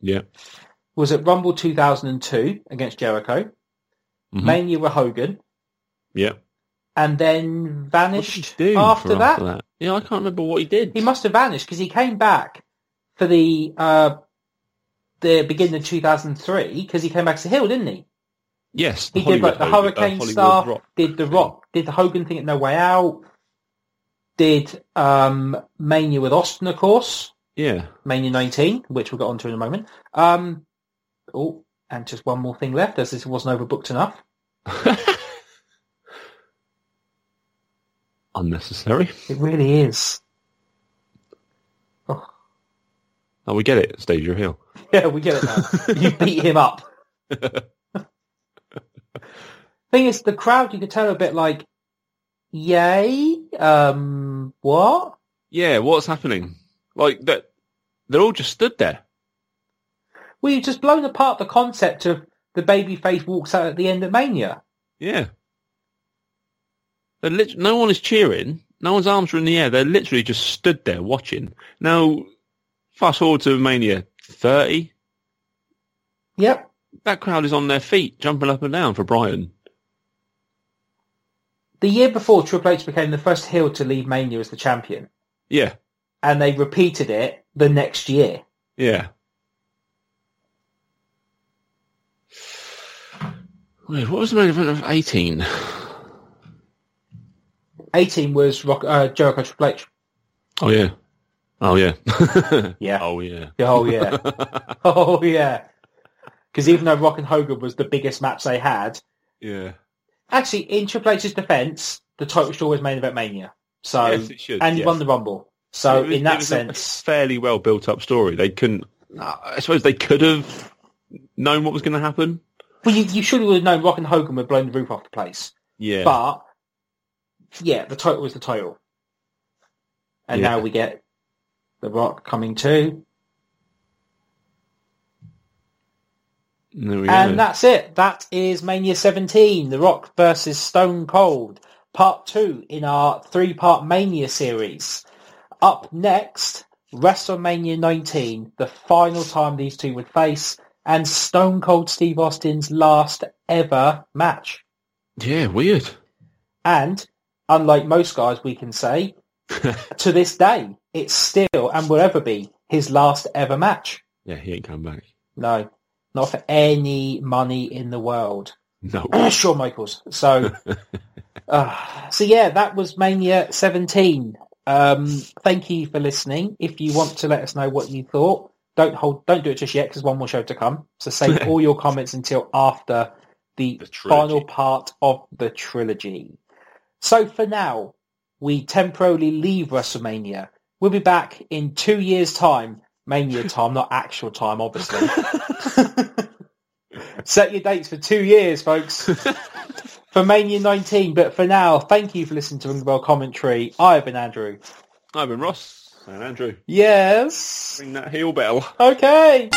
[SPEAKER 4] yeah.
[SPEAKER 3] Was at Rumble 2002 against Jericho,
[SPEAKER 4] Mhm.
[SPEAKER 3] Mania with Hogan,
[SPEAKER 4] Yeah.
[SPEAKER 3] and then
[SPEAKER 4] What did he
[SPEAKER 3] vanished
[SPEAKER 4] do
[SPEAKER 3] after,
[SPEAKER 4] for
[SPEAKER 3] that.
[SPEAKER 4] Yeah, I can't remember what he did.
[SPEAKER 3] He must have vanished because he came back for the uh, the beginning of 2003 because he came back as a heel, didn't he?
[SPEAKER 4] yes.
[SPEAKER 3] He
[SPEAKER 4] the
[SPEAKER 3] did like the
[SPEAKER 4] Hollywood Hogan- uh,
[SPEAKER 3] Hurricane
[SPEAKER 4] Hollywood
[SPEAKER 3] stuff,
[SPEAKER 4] Rock.
[SPEAKER 3] did the Rock, did the Hogan thing at No Way Out, did um, Mania with Austin, of course,
[SPEAKER 4] Yeah. <laughs>
[SPEAKER 3] Mania 19, which we'll get onto in a moment. Um, oh, and just one more thing left, as this wasn't overbooked enough.
[SPEAKER 4] Unnecessary.
[SPEAKER 3] It really is.
[SPEAKER 4] Oh, we get it. Stage your heel.
[SPEAKER 3] <laughs> Yeah, we get it now. you beat him up. Thing is, the crowd, you could tell a bit like, yay, um, what?
[SPEAKER 4] Yeah, what's happening? Like that, they're all just stood there.
[SPEAKER 3] Well, you've just blown apart the concept of the babyface walks out at the end of Mania.
[SPEAKER 4] Yeah. They're lit- no one is cheering. No one's arms are in the air. They're literally just stood there watching. Now, fast forward to Mania 30.
[SPEAKER 3] Yep.
[SPEAKER 4] That crowd is on their feet, jumping up and down for Brian.
[SPEAKER 3] The year before, Triple H became the first heel to leave Mania as the champion,
[SPEAKER 4] Yeah,
[SPEAKER 3] and they repeated it the next year.
[SPEAKER 4] yeah. Wait, what was the main event of 18?
[SPEAKER 3] 18 was Rock, uh, Jericho Triple H.
[SPEAKER 4] Oh, yeah. Oh, yeah. <laughs>
[SPEAKER 3] Yeah.
[SPEAKER 4] Oh, yeah.
[SPEAKER 3] Oh yeah. <laughs> oh yeah. Because even though Rock and Hogan was the biggest match they had,
[SPEAKER 4] Yeah.
[SPEAKER 3] actually in Triple H's defence, the title was always main event Mania. So
[SPEAKER 4] Yes, it should,
[SPEAKER 3] Um, and he
[SPEAKER 4] yes.
[SPEAKER 3] won the Rumble. So
[SPEAKER 4] It was-
[SPEAKER 3] in
[SPEAKER 4] it
[SPEAKER 3] that
[SPEAKER 4] was
[SPEAKER 3] sense,
[SPEAKER 4] a fairly well built up story. They couldn't. I suppose they could have known what was going to happen.
[SPEAKER 3] well, you, you surely would have known Rock and Hogan would have blown the roof off the place.
[SPEAKER 4] Yeah,
[SPEAKER 3] But yeah, the title was the title, and
[SPEAKER 4] Yeah.
[SPEAKER 3] now we get the Rock coming too,
[SPEAKER 4] There we go.
[SPEAKER 3] and that's it. That is Mania 17: The Rock versus Stone Cold, Part Two in our three-part Mania series. Up next, WrestleMania 19, the final time these two would face, and Stone Cold Steve Austin's last ever match.
[SPEAKER 4] yeah, weird.
[SPEAKER 3] And unlike most guys, we can say to this day, it's still and will ever be his last ever match.
[SPEAKER 4] Yeah, he ain't come back.
[SPEAKER 3] No, not for any money in the world. <coughs>
[SPEAKER 4] No.
[SPEAKER 3] Shawn Michaels. So, uh, so yeah, that was Mania 17. Um, thank you for listening. If you want to let us know what you thought, don't hold, don't do it just yet because one more show to come. So save all your comments until after the,
[SPEAKER 4] The trilogy.
[SPEAKER 3] final part of the trilogy. So for now, we temporarily leave WrestleMania. We'll be back in two years' time. Mania time, not actual time, obviously. Set your dates for two years, folks, for Mania 19. But for now, thank you for listening to Ring the Bell commentary. I have been Andrew.
[SPEAKER 4] I've been Ross and Andrew.
[SPEAKER 3] Yes.
[SPEAKER 4] Ring that heel bell.
[SPEAKER 3] Okay.